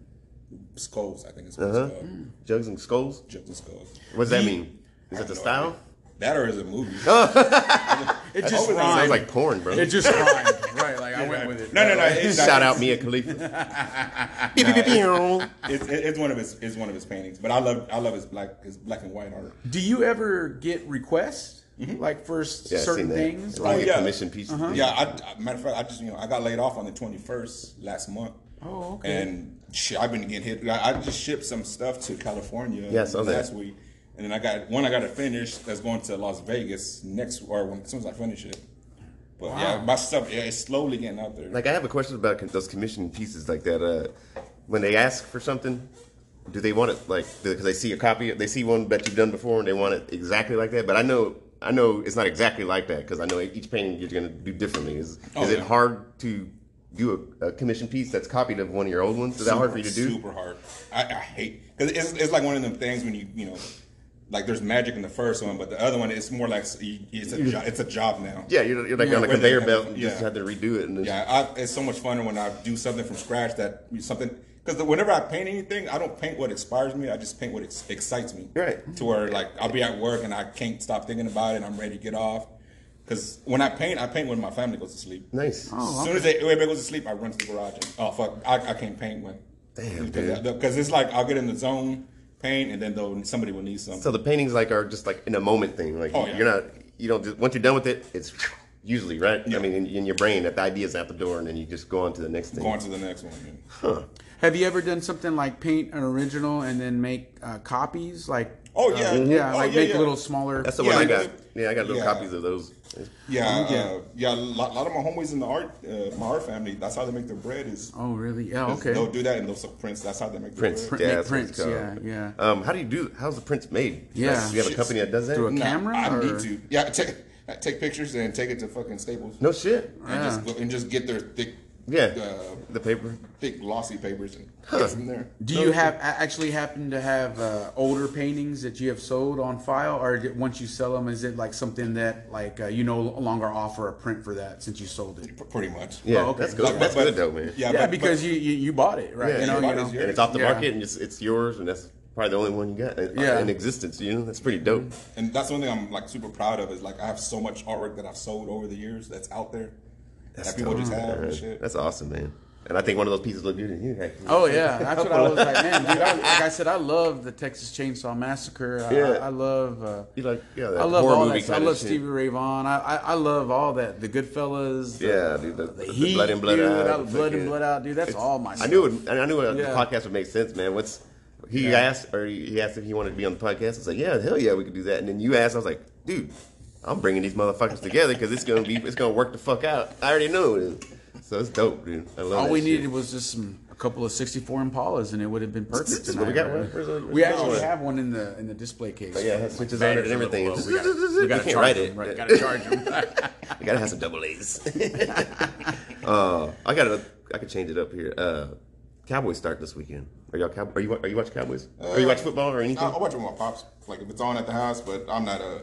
Speaker 3: skulls. I think it's, what
Speaker 1: Uh-huh.
Speaker 3: it's called. Mm.
Speaker 1: Jugs and skulls.
Speaker 3: jugs and skulls.
Speaker 1: What does that
Speaker 3: Ye-
Speaker 1: mean? Is
Speaker 3: I
Speaker 1: that the
Speaker 3: have no
Speaker 1: style?
Speaker 3: idea. That or is it a movie?
Speaker 1: Uh,
Speaker 2: It just
Speaker 3: always sounds
Speaker 1: Sounds
Speaker 2: rhymed.
Speaker 1: like porn, bro.
Speaker 2: it just rhymed, right? Like I went with it.
Speaker 3: No, no, no. It's not-
Speaker 1: Shout out Mia Khalifa. Beep, beep, beep, beep.
Speaker 3: It's, it- it's one of his. It's one of his paintings. But I love. I love his black. His black and white art.
Speaker 2: Do you ever get requests like for s-
Speaker 1: Mm-hmm. Yeah, I've
Speaker 2: certain
Speaker 1: seen that.
Speaker 2: things?
Speaker 1: A lot of
Speaker 3: Oh,
Speaker 1: good
Speaker 3: yeah.
Speaker 1: commission pieces.
Speaker 3: Yeah. I, I- matter of fact, I just you know I got laid off on the 21st last month.
Speaker 2: Oh, okay.
Speaker 3: And shit, I've been getting hit. I, I just shipped some stuff to California
Speaker 1: Yeah, I saw that.
Speaker 3: last week, and then I got one I got to finish that's going to Las Vegas next or when, as soon as I finish it. But yeah, my stuff yeah, it's slowly getting out there.
Speaker 1: Like I have a question about con- those commission pieces like that. Uh, when they ask for something, do they want it like because they see a copy? They see one that you've done before, and they want it exactly like that. But I know, I know it's not exactly like that because I know each painting you're gonna do differently. Is
Speaker 3: Oh,
Speaker 1: is it
Speaker 3: yeah.
Speaker 1: hard to do a, a commission piece that's copied of one of your old ones? Is that hard for you to do?
Speaker 3: Super hard. I, I hate because it's, it's like one of them things when you you know, like there's magic in the first one, but the other one it's more like s- you- it's a jo- it's a job now.
Speaker 1: Yeah, you're, you're like on a
Speaker 3: where they
Speaker 1: conveyor
Speaker 3: have-
Speaker 1: belt. and You just
Speaker 3: yeah.
Speaker 1: have to redo it. And it's-
Speaker 3: Yeah, I, it's so much funner when I do something from scratch that something because whenever I paint anything, I don't paint what inspires me. I just paint what ex- excites me.
Speaker 1: Right.
Speaker 3: To where like I'll be at work and I can't stop thinking about it. and I'm ready to get off. Because when I paint, I paint when my family goes to sleep.
Speaker 1: Nice.
Speaker 2: Oh,
Speaker 3: as soon as they, everybody goes to sleep, I run to the garage. And, oh fuck, I, I can't paint when.
Speaker 1: Damn, dude.
Speaker 3: Because it's like I'll get in the zone, paint, and then they'll, somebody will need something.
Speaker 1: So the paintings like are just like in a moment thing. Like
Speaker 3: Oh, yeah.
Speaker 1: you're not, you don't just once you're done with it, it's usually right.
Speaker 3: Yeah.
Speaker 1: I mean, in, in your brain, that the idea's out the door, and then you just go on to the next thing.
Speaker 3: Go on to the next one. and-
Speaker 2: Have you ever done something like paint an original and then make uh, copies? Like uh,
Speaker 3: Oh yeah,
Speaker 2: yeah,
Speaker 1: Mm-hmm.
Speaker 3: oh,
Speaker 2: like
Speaker 3: yeah,
Speaker 2: make
Speaker 3: yeah.
Speaker 2: little smaller.
Speaker 1: That's the
Speaker 3: Yeah,
Speaker 1: one I
Speaker 3: you
Speaker 1: got.
Speaker 3: could-
Speaker 1: Yeah, I got little
Speaker 3: yeah.
Speaker 1: copies of those.
Speaker 3: Yeah,
Speaker 2: Yeah.
Speaker 3: uh, yeah. A lot, lot of my homies in the art, uh, my art family. That's how they make their bread. Is
Speaker 2: oh really? Yeah.
Speaker 3: is
Speaker 2: Okay.
Speaker 3: they'll do that and they'll sell prints. That's how they make their
Speaker 1: Prints.
Speaker 3: bread.
Speaker 2: Print- make
Speaker 1: that's what it's
Speaker 2: prints,
Speaker 1: called.
Speaker 2: yeah, yeah.
Speaker 1: Um, how do you do? How's the prints made?
Speaker 2: Yeah.
Speaker 1: Like, you have a
Speaker 3: Shit.
Speaker 1: company that does that.
Speaker 2: Through a-
Speaker 3: Nah,
Speaker 2: Camera,
Speaker 3: I
Speaker 2: or-
Speaker 3: need to. Yeah, take take pictures and take it to fucking Staples.
Speaker 1: no shit.
Speaker 3: and just
Speaker 2: Yeah.
Speaker 3: go, and just get their thick,
Speaker 1: Yeah,
Speaker 3: uh,
Speaker 1: the paper.
Speaker 3: thick glossy papers and get them there.
Speaker 2: Do you have a- actually happen to have uh, older paintings that you have sold on file, or did- once you sell them, is it like something that like uh, you no longer offer a print for that since you sold it?
Speaker 3: P- pretty much.
Speaker 1: Yeah,
Speaker 2: Oh, okay.
Speaker 1: that's good.
Speaker 2: But-
Speaker 1: that's
Speaker 3: but-
Speaker 1: good though, man.
Speaker 2: Yeah,
Speaker 3: Yeah, but-
Speaker 2: because you, you you bought it, right?
Speaker 1: Yeah,
Speaker 2: you
Speaker 1: you
Speaker 2: know,
Speaker 3: bought
Speaker 2: you
Speaker 3: it,
Speaker 2: know.
Speaker 3: yeah.
Speaker 1: and it's off the
Speaker 2: Yeah.
Speaker 1: market, and it's it's yours, and that's probably the only one you got in,
Speaker 2: Yeah.
Speaker 1: in existence. You know, that's pretty dope.
Speaker 3: And that's one thing I'm like super proud of is like I have so much artwork that I've sold over the years that's out there that people
Speaker 1: dope,
Speaker 3: just have
Speaker 1: man.
Speaker 3: and shit.
Speaker 1: That's awesome, man. And I think one of those pieces look good in you. actually.
Speaker 2: Oh yeah, that's what I was like, man, dude. I, like I said, I love the Texas Chainsaw Massacre. I,
Speaker 1: Yeah.
Speaker 2: I, I love. Uh,
Speaker 1: You like yeah, that
Speaker 2: I love
Speaker 1: horror
Speaker 2: all
Speaker 1: movie
Speaker 2: that. I
Speaker 1: kind
Speaker 2: love
Speaker 1: of shit.
Speaker 2: Stevie Ray Vaughan. I, I, I love all that. The Goodfellas.
Speaker 1: Yeah,
Speaker 2: the,
Speaker 1: dude, the, the,
Speaker 2: Heat,
Speaker 1: blood and blood
Speaker 2: dude,
Speaker 1: out.
Speaker 2: I love blood and
Speaker 1: fucking-
Speaker 2: blood out, dude. That's
Speaker 1: It's-
Speaker 2: all my.
Speaker 1: I
Speaker 2: stuff.
Speaker 1: knew it. I knew it,
Speaker 2: Yeah.
Speaker 1: the podcast would make sense, man. What's he asked, or he he asked if he wanted to be on the podcast. I was like, yeah, hell yeah, we could do that. And then you asked, I was like, dude, I'm bringing these motherfuckers together because it's gonna be, it's gonna work the fuck out. I already know it is. So it's dope, dude. I love.
Speaker 2: All
Speaker 1: that
Speaker 2: we
Speaker 1: shit.
Speaker 2: needed was just some, a couple of '64 Impalas, and it would have been perfect.
Speaker 1: Well, we
Speaker 2: tonight,
Speaker 1: got
Speaker 2: right?
Speaker 1: one. Where's the-
Speaker 2: We
Speaker 1: where's the
Speaker 2: actually
Speaker 1: one?
Speaker 2: have one in the in the display case.
Speaker 1: But yeah, it has switches on it
Speaker 4: Batteries
Speaker 1: and
Speaker 4: are a
Speaker 1: everything.
Speaker 4: little low. We gotta-
Speaker 1: You
Speaker 4: We gotta
Speaker 1: can't
Speaker 4: charge
Speaker 1: write
Speaker 4: them,
Speaker 1: it.
Speaker 4: right? Gotta charge them.
Speaker 1: You gotta have some double A's. uh, I gotta. I could change it up here. Uh, Cowboys start this weekend. Are y'all cow? Are you are you watch Cowboys? are you watch football or anything?
Speaker 3: I, I watch it with my pops. Like if it's on at the house, but I'm not a.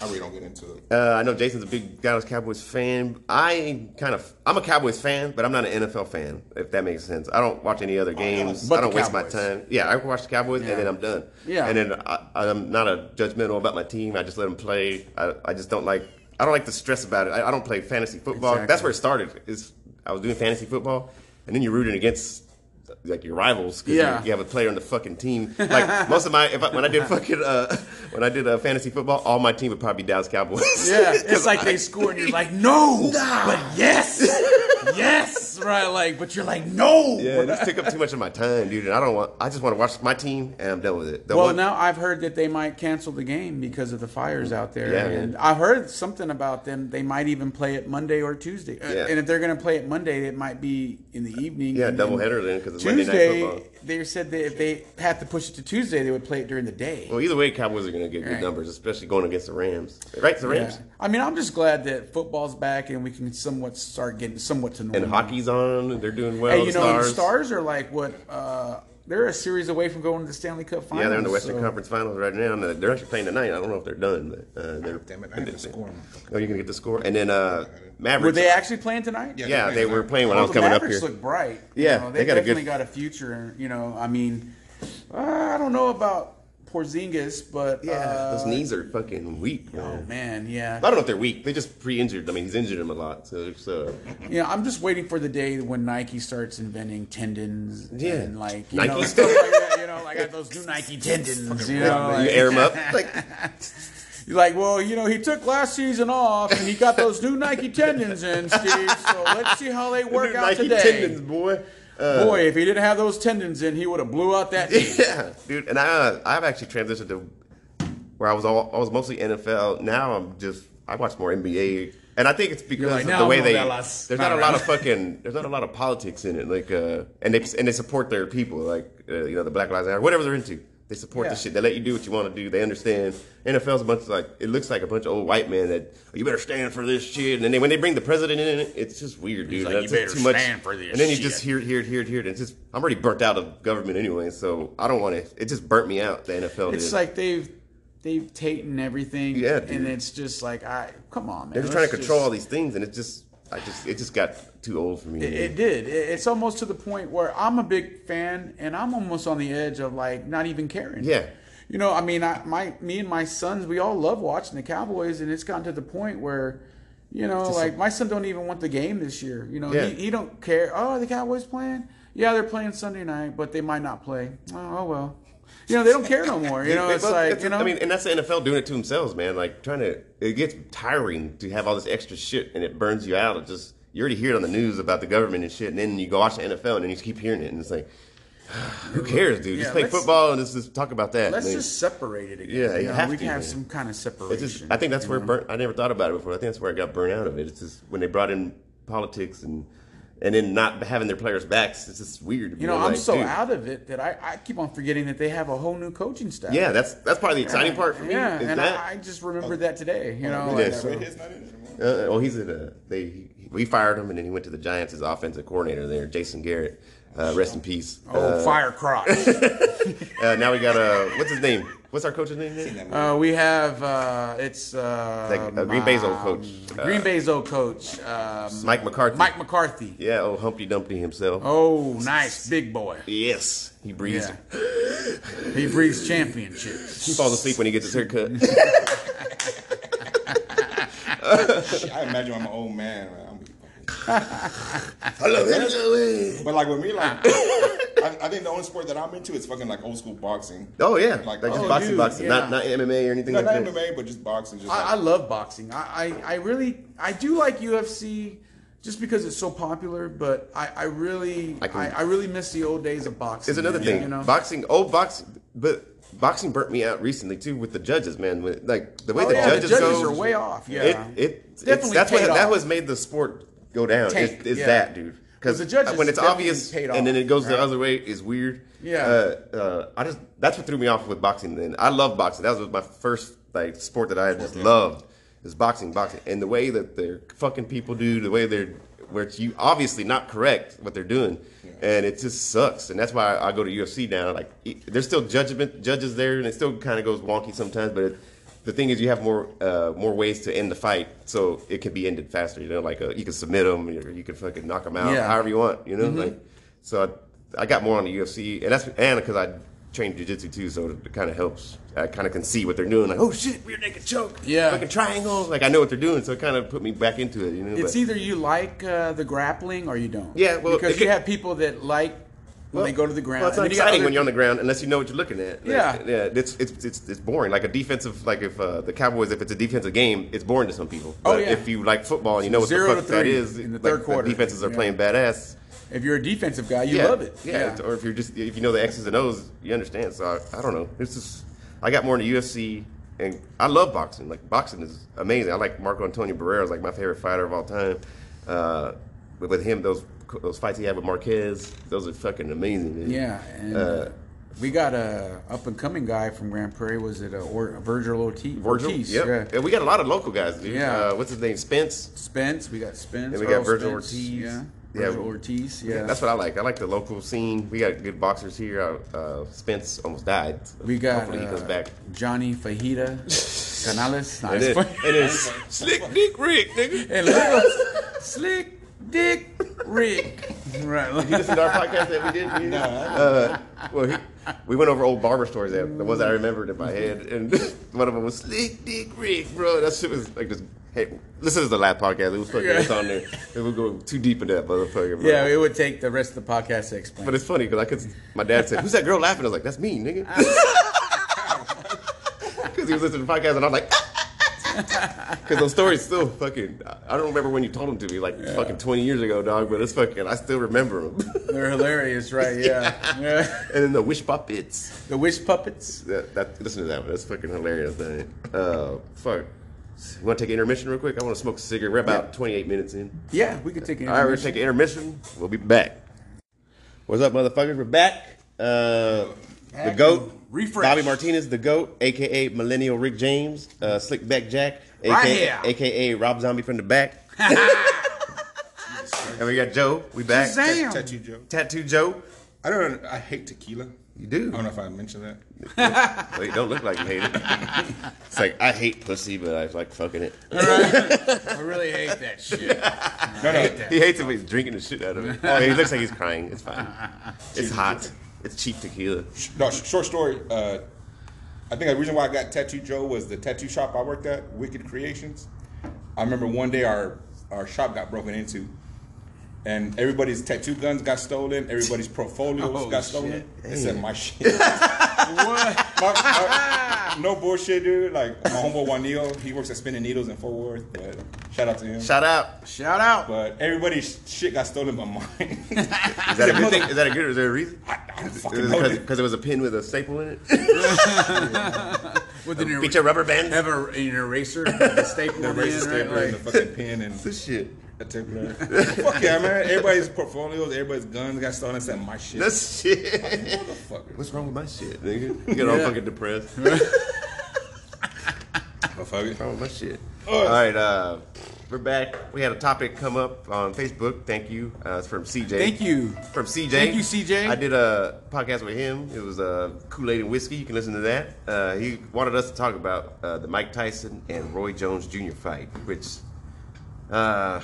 Speaker 3: I really don't get into it.
Speaker 1: Uh, I know Jason's a big Dallas Cowboys fan. I kind of I'm a Cowboys fan, but I'm not an NFL fan. If that makes sense, I don't watch any other games.
Speaker 2: Oh, But
Speaker 1: I don't
Speaker 2: the
Speaker 1: waste my
Speaker 2: Cowboys.
Speaker 1: time. Yeah, I watch the Cowboys
Speaker 2: Yeah.
Speaker 1: and then I'm done.
Speaker 2: Yeah.
Speaker 1: and then I, I'm not a judgmental about my team. I just let them play. I, I just don't like I don't like the stress about it. I, I don't play fantasy football.
Speaker 2: Exactly.
Speaker 1: That's where it started. Is I was doing fantasy football, and then you're rooting against. Like your rivals, 'cause
Speaker 2: Yeah.
Speaker 1: you, you have a player on the fucking team. Like most of my, if I, when I did fucking, uh, when I did uh, fantasy football, all my team would probably be Dallas Cowboys.
Speaker 2: Yeah, it's like they score and you're like, no, but yes, yes, right? Like, but you're like, no.
Speaker 1: Yeah, this took up too much of my time, dude. And I don't want. I just want to watch my team, and I'm done with it. The
Speaker 2: Well,
Speaker 1: one-
Speaker 2: now I've heard that they might cancel the game because of the fires out there,
Speaker 1: Yeah,
Speaker 2: and
Speaker 1: man.
Speaker 2: I heard something about them. They might even play it Monday or Tuesday, Uh,
Speaker 1: Yeah.
Speaker 2: and if they're going to play it Monday, it might be in the evening.
Speaker 1: yeah,
Speaker 2: and-
Speaker 1: doubleheader then because it's Monday night
Speaker 2: Tuesday,
Speaker 1: football.
Speaker 2: they said that if they had to push it to Tuesday, they would play it during the day.
Speaker 1: Well, either way, Cowboys are going to get good
Speaker 2: Right.
Speaker 1: numbers, especially going against the Rams. Right, the
Speaker 2: Yeah.
Speaker 1: Rams
Speaker 2: I mean, I'm just glad that football's back and we can somewhat start getting somewhat to normal.
Speaker 1: and hockey's on. They're doing well.
Speaker 2: Hey, you
Speaker 1: the
Speaker 2: know,
Speaker 1: stars.
Speaker 2: the Stars are like what? Uh, they're a series away from going to the Stanley Cup Finals.
Speaker 1: Yeah, they're in the Western
Speaker 2: so-
Speaker 1: Conference Finals right now. and They're actually playing tonight. I don't know if they're done, but uh, they're.
Speaker 3: Damn it, I didn't score. motherfucker.
Speaker 1: Oh, you're gonna get the score, and then uh, Mavericks.
Speaker 2: Were they actually playing tonight?
Speaker 3: Yeah,
Speaker 1: yeah, they were playing when I
Speaker 2: Well,
Speaker 1: was
Speaker 2: the
Speaker 1: coming up
Speaker 2: Mavericks
Speaker 1: here.
Speaker 2: look bright.
Speaker 1: Yeah,
Speaker 2: you know, they,
Speaker 1: they got a good-
Speaker 2: definitely got a future. You know, I mean, uh, I don't know about Porzingis, but
Speaker 1: yeah,
Speaker 2: uh,
Speaker 1: those knees are fucking weak, man.
Speaker 2: Oh man, yeah.
Speaker 1: I don't know if they're weak. They just pre-injured. I mean, he's injured them a lot, so it's uh,
Speaker 2: Yeah, I'm just waiting for the day when Nike starts inventing tendons
Speaker 1: Yeah.
Speaker 2: and like you
Speaker 1: Nike.
Speaker 2: know stuff like that. You know, like I got those new Nike tendons. You know,
Speaker 1: you
Speaker 2: like,
Speaker 1: air them up. Like,
Speaker 2: you're like, well, you know, he took last season off and he got those new Nike tendons in, Steve. So let's see how they work
Speaker 1: Dude,
Speaker 2: out
Speaker 1: Nike
Speaker 2: today.
Speaker 1: tendons, boy. Uh,
Speaker 2: Boy, if he didn't have those tendons in, he would have blew out that. knee.
Speaker 1: yeah, dude. And I, uh, I've actually transitioned to where I was all, I was mostly NFL. Now I'm just, I watch more NBA, and I think it's because
Speaker 2: like,
Speaker 1: of
Speaker 2: now
Speaker 1: the way they.
Speaker 2: novelas.
Speaker 1: There's not a lot of fucking. There's not a lot of politics in it, like, uh, and they and they support their people, like, uh, you know, the Black Lives Matter, whatever they're into. They support the
Speaker 2: Yeah.
Speaker 1: shit. They let you do what you want to do. They understand. NFL's a bunch of like it looks like a bunch of old white men that "Oh, you better stand for this shit. And then they, when they bring the president in, it's just weird, dude.
Speaker 4: like,
Speaker 1: That's
Speaker 4: "You
Speaker 1: just
Speaker 4: better
Speaker 1: too much.
Speaker 4: stand for this
Speaker 1: and then you
Speaker 4: shit."
Speaker 1: just hear it, hear it, hear it, hear it. And it's just I'm already burnt out of government anyway, so I don't want to. It just burnt me out. The NFL.
Speaker 2: It's
Speaker 1: did.
Speaker 2: like they've they've taken everything,
Speaker 1: Yeah, dude.
Speaker 2: and it's just like, I come on, man.
Speaker 1: they're just trying to
Speaker 2: let's
Speaker 1: control all these things, and it just I just it just got too old for me.
Speaker 2: It, it did. It, it's almost to the point where I'm a big fan, and I'm almost on the edge of like not even caring.
Speaker 1: Yeah.
Speaker 2: you know, I mean, I, my, me and my sons, we all love watching the Cowboys, and it's gotten to the point where, you know, like my son don't even want the game this year. You know,
Speaker 1: Yeah.
Speaker 2: he, he don't care. Oh, the Cowboys playing? Yeah, they're playing Sunday night, but they might not play. Oh, oh well. You know, they don't care no more. You know,
Speaker 1: They
Speaker 2: it's
Speaker 1: both-
Speaker 2: like you know.
Speaker 1: I mean, and that's the NFL doing it to themselves, man. Like trying to, it gets tiring to have all this extra shit, and it burns you out. It just you already hear it on the news about the government and shit, and then you go watch the NFL, and then you keep hearing it, and it's like, who cares, dude?
Speaker 2: Yeah,
Speaker 1: just play
Speaker 2: let's-
Speaker 1: football and let's just talk about that.
Speaker 2: Let's
Speaker 1: I mean,
Speaker 2: just separate it again.
Speaker 1: Yeah, you
Speaker 2: know,
Speaker 1: have
Speaker 2: we
Speaker 1: to,
Speaker 2: can have
Speaker 1: man.
Speaker 2: some kind of separation.
Speaker 1: it's just, I think that's where it burnt. I never thought about it before. I think that's where I got burnt out of it. It's just when they brought in politics and and then not having their players backs. It's just weird.
Speaker 2: you know,
Speaker 1: You're
Speaker 2: I'm
Speaker 1: like,
Speaker 2: so
Speaker 1: dude.
Speaker 2: out of it that I, I keep on forgetting that they have a whole new coaching staff.
Speaker 1: Yeah, that's that's probably the exciting part for me.
Speaker 2: Yeah,
Speaker 1: is
Speaker 2: and
Speaker 1: that. Oh,
Speaker 2: I, I just remembered that today. You know,
Speaker 1: Yeah,
Speaker 2: like,
Speaker 1: so-
Speaker 3: Red Hit's not in it anymore.
Speaker 1: Uh, well, he's at a, they he- we fired him, and then he went to the Giants as offensive coordinator there, Jason Garrett. Uh, rest in peace.
Speaker 2: oh, fire crotch.
Speaker 1: Uh, uh, now we got a what's his name? What's our coach's name?
Speaker 3: Seen that movie.
Speaker 2: uh, we have uh, it's uh,
Speaker 1: Like, uh, Green Bay's old coach, uh,
Speaker 2: Green Bay's old coach, um,
Speaker 1: Mike McCarthy.
Speaker 2: Mike McCarthy.
Speaker 1: Yeah. Oh, Humpty Dumpty himself.
Speaker 2: Oh, nice big boy.
Speaker 1: Yes, he breathes.
Speaker 2: Yeah, he breathes championships.
Speaker 1: He falls asleep when he gets his haircut.
Speaker 3: Shit, I imagine I'm an old man. man. I'm gonna be fucking-
Speaker 1: I love it.
Speaker 3: But like with me, like
Speaker 2: Ah.
Speaker 3: I, I think the only sport that I'm into is fucking like old school boxing.
Speaker 1: Oh yeah, like,
Speaker 3: Like,
Speaker 1: just
Speaker 3: oh,
Speaker 1: boxing,
Speaker 2: dude,
Speaker 1: boxing,
Speaker 2: yeah.
Speaker 1: not not MMA or anything
Speaker 3: Not,
Speaker 1: like
Speaker 3: not
Speaker 1: that.
Speaker 3: MMA, but just boxing. Just
Speaker 2: I, I
Speaker 3: like,
Speaker 2: love boxing. I, I, I really I do like UFC just because it's so popular, but I, I really I,
Speaker 1: I can-
Speaker 2: I, really miss the old days of boxing.
Speaker 1: It's another
Speaker 2: man,
Speaker 1: thing.
Speaker 2: You know?
Speaker 1: Boxing, oh boxing, but boxing burnt me out recently too with the judges, man. With, like the way
Speaker 2: Oh,
Speaker 1: the
Speaker 2: yeah,
Speaker 1: judges,
Speaker 2: the judges
Speaker 1: go,
Speaker 2: are way off. Yeah.
Speaker 1: It, it it's,
Speaker 2: Definitely
Speaker 1: that's what
Speaker 2: paid off.
Speaker 1: that was made the sport go down.
Speaker 2: Tank,
Speaker 1: Is, is
Speaker 2: yeah.
Speaker 1: that dude?
Speaker 2: Well,
Speaker 1: Because
Speaker 2: the judges
Speaker 1: when it's
Speaker 2: definitely
Speaker 1: obvious
Speaker 2: paid
Speaker 1: and then
Speaker 2: off,
Speaker 1: it goes
Speaker 2: right?
Speaker 1: the other way is weird.
Speaker 2: Yeah.
Speaker 1: Uh, uh, I just that's what threw me off with boxing. Then I love boxing. That was my first like sport that I had just loved is boxing, boxing, and the way that they're fucking people do, the way they're where it's you obviously not correct what they're doing, and it just sucks. And that's why I, go to UFC now. Like it- there's still judgment judges there, and it still kind of goes wonky sometimes, but. It, the thing is, you have more uh, more ways to end the fight, so it can be ended faster. You know, like uh, you can submit them, or you can fucking knock them out,
Speaker 2: Yeah.
Speaker 1: however you want. You know,
Speaker 2: Mm-hmm.
Speaker 1: like so I, I got more on the UFC, and that's and because I trained jujitsu too, so it kind of helps. I kind of can see what they're doing. Like, oh shit, rear naked choke,
Speaker 2: Yeah.
Speaker 1: fucking triangle. Like I know what they're doing, so it kind of put me back into it. You know,
Speaker 2: It's
Speaker 1: but-
Speaker 2: either you like uh, the grappling or you don't.
Speaker 1: Yeah, well,
Speaker 2: because
Speaker 1: if
Speaker 2: you
Speaker 1: it-
Speaker 2: have people that like
Speaker 1: Well,
Speaker 2: when they go to the ground.
Speaker 1: Well, it's not
Speaker 2: and then you got
Speaker 1: exciting
Speaker 2: other
Speaker 1: when you're on the ground unless you know what you're looking at. Like,
Speaker 2: Yeah.
Speaker 1: yeah. It's it's it's, it's boring. Like a defensive, like if uh, the Cowboys, if it's a defensive game, it's boring to some people.
Speaker 2: Oh,
Speaker 1: But
Speaker 2: yeah.
Speaker 1: if you like football and you know what
Speaker 2: Zero
Speaker 1: the
Speaker 2: to
Speaker 1: fuck that
Speaker 2: three
Speaker 1: is,
Speaker 2: in the
Speaker 1: like,
Speaker 2: third quarter.
Speaker 1: defenses are
Speaker 2: Yeah.
Speaker 1: playing badass.
Speaker 2: If you're a defensive guy, you
Speaker 1: yeah.
Speaker 2: love it.
Speaker 1: Yeah. Or if you're just if you know the X's and O's, you understand. So I, I don't know. It's just I got more into UFC and I love boxing. Like boxing is amazing. I like Marco Antonio Barrera is like my favorite fighter of all time. Uh, with with him, those those fights he had with Marquez, those are fucking amazing. dude.
Speaker 2: Yeah, and uh, we got a up and coming guy from Grand Prairie. Was it uh or Virgil Ortiz?
Speaker 1: Virgil.
Speaker 2: Ortiz,
Speaker 1: yep.
Speaker 2: yeah.
Speaker 1: Yeah, we got a lot of local guys, dude.
Speaker 2: Yeah.
Speaker 1: Uh, what's his name? Spence.
Speaker 2: Spence. We got Spence.
Speaker 1: And we got
Speaker 2: Earl
Speaker 1: Virgil
Speaker 2: Spence,
Speaker 1: Ortiz.
Speaker 2: Yeah.
Speaker 1: Yeah.
Speaker 2: Virgil Ortiz. Yeah.
Speaker 1: That's what I like. I like the local scene. We got good boxers here. Uh, uh, Spence almost died.
Speaker 2: we got.
Speaker 1: Hopefully he
Speaker 2: uh,
Speaker 1: comes back.
Speaker 2: Johnny Fajita Canales. Nah,
Speaker 1: And
Speaker 2: it's
Speaker 1: then,
Speaker 2: funny.
Speaker 1: and then Slick Dick Rick, nigga.
Speaker 2: And little slick dick Rick. Right.
Speaker 1: You listen to our podcast that we did? No. Uh, well, he, we went over old barber stories, that, the ones that I remembered in my head, and one of them was Slick Dick Rick, bro. That shit was like this. Hey, this is the last podcast. It was fucking
Speaker 2: Yeah.
Speaker 1: it's on there. And we'll go too deep in that motherfucker. Bro.
Speaker 2: yeah, it would take the rest of the podcast to explain.
Speaker 1: But it's funny because I could. My dad said, "Who's that girl laughing?" I was like, "That's me, nigga." Because he was listening to the podcast, and I'm like, because those stories still fucking. I don't remember when you told them to me, like fucking 20 years ago, dog. But it's fucking. I still remember them.
Speaker 2: They're hilarious, right? Yeah. yeah.
Speaker 1: and then the wish puppets.
Speaker 2: The wish puppets.
Speaker 1: That, that listen to that one. That's fucking hilarious. That uh, fuck. You want to take intermission real quick? I want to smoke a cigarette. We're about 28 minutes in.
Speaker 2: Yeah, we could take it.
Speaker 1: All right, we're gonna take an intermission. We'll be back. What's up, motherfuckers? We're back. Uh, the
Speaker 2: Back
Speaker 1: goat,
Speaker 2: and refreshed.
Speaker 1: Bobby Martinez, the goat, aka Millennial Rick James, uh, Slickback Jack, aka,
Speaker 2: Right here.
Speaker 1: aka Rob Zombie from the back. and we got Joe. We back.
Speaker 2: Shazam.
Speaker 3: tattoo Joe.
Speaker 1: Tattoo Joe.
Speaker 3: I don't. I hate tequila.
Speaker 1: You
Speaker 3: I don't
Speaker 1: do.
Speaker 3: know if I mentioned that.
Speaker 1: Well, you don't look like you hate it. it's like I hate pussy, but I like fucking it.
Speaker 2: I really hate that shit.
Speaker 3: No, no.
Speaker 1: He hates it, but he's drinking the shit out of it. Oh, he looks like he's crying. It's fine. It's hot. It's cheap tequila.
Speaker 3: No, sh- short story. Uh, I think the reason why I got Tattoo Joe was the tattoo shop I worked at, Wicked Creations. I remember one day our our shop got broken into, and everybody's tattoo guns got stolen. Everybody's portfolios
Speaker 2: Oh,
Speaker 3: got stolen.
Speaker 2: shit.
Speaker 3: Except my shit.
Speaker 2: What?
Speaker 3: My- my- no bullshit, dude. Like my homeboy Juanillo, he works at Spinning Needles in Fort Worth. But shout out to him.
Speaker 1: Shout out.
Speaker 2: Shout out.
Speaker 3: but everybody's shit got stolen but mine.
Speaker 1: Is that a good thing? Is that a good? Is there a reason?
Speaker 3: I don't fucking know. dude.
Speaker 1: Because it was a pin with a staple in it.
Speaker 2: With an
Speaker 1: Beat your
Speaker 2: er-
Speaker 1: rubber band.
Speaker 2: have a, an eraser, a staple in,
Speaker 3: Erase the
Speaker 2: right?
Speaker 3: stapler and the
Speaker 2: Like,
Speaker 3: fucking pen and
Speaker 1: This shit.
Speaker 3: a temporary. Fuck yeah, man. Everybody's portfolios, everybody's guns got stolen except my shit.
Speaker 1: This shit.
Speaker 3: Motherfucker.
Speaker 1: What's wrong with my shit, nigga? You get all
Speaker 2: Yeah.
Speaker 1: fucking depressed.
Speaker 3: Motherfucker.
Speaker 1: wrong with my shit? All right, uh, we're back. We had a topic come up on Facebook. Thank you. Uh, it's from CJ.
Speaker 2: Thank you.
Speaker 1: From CJ.
Speaker 2: Thank you, CJ.
Speaker 1: I did a podcast with him. It was uh, Kool Aid and Whiskey. You can listen to that. Uh, he wanted us to talk about uh, the Mike Tyson and Roy Jones Jr. fight, which uh,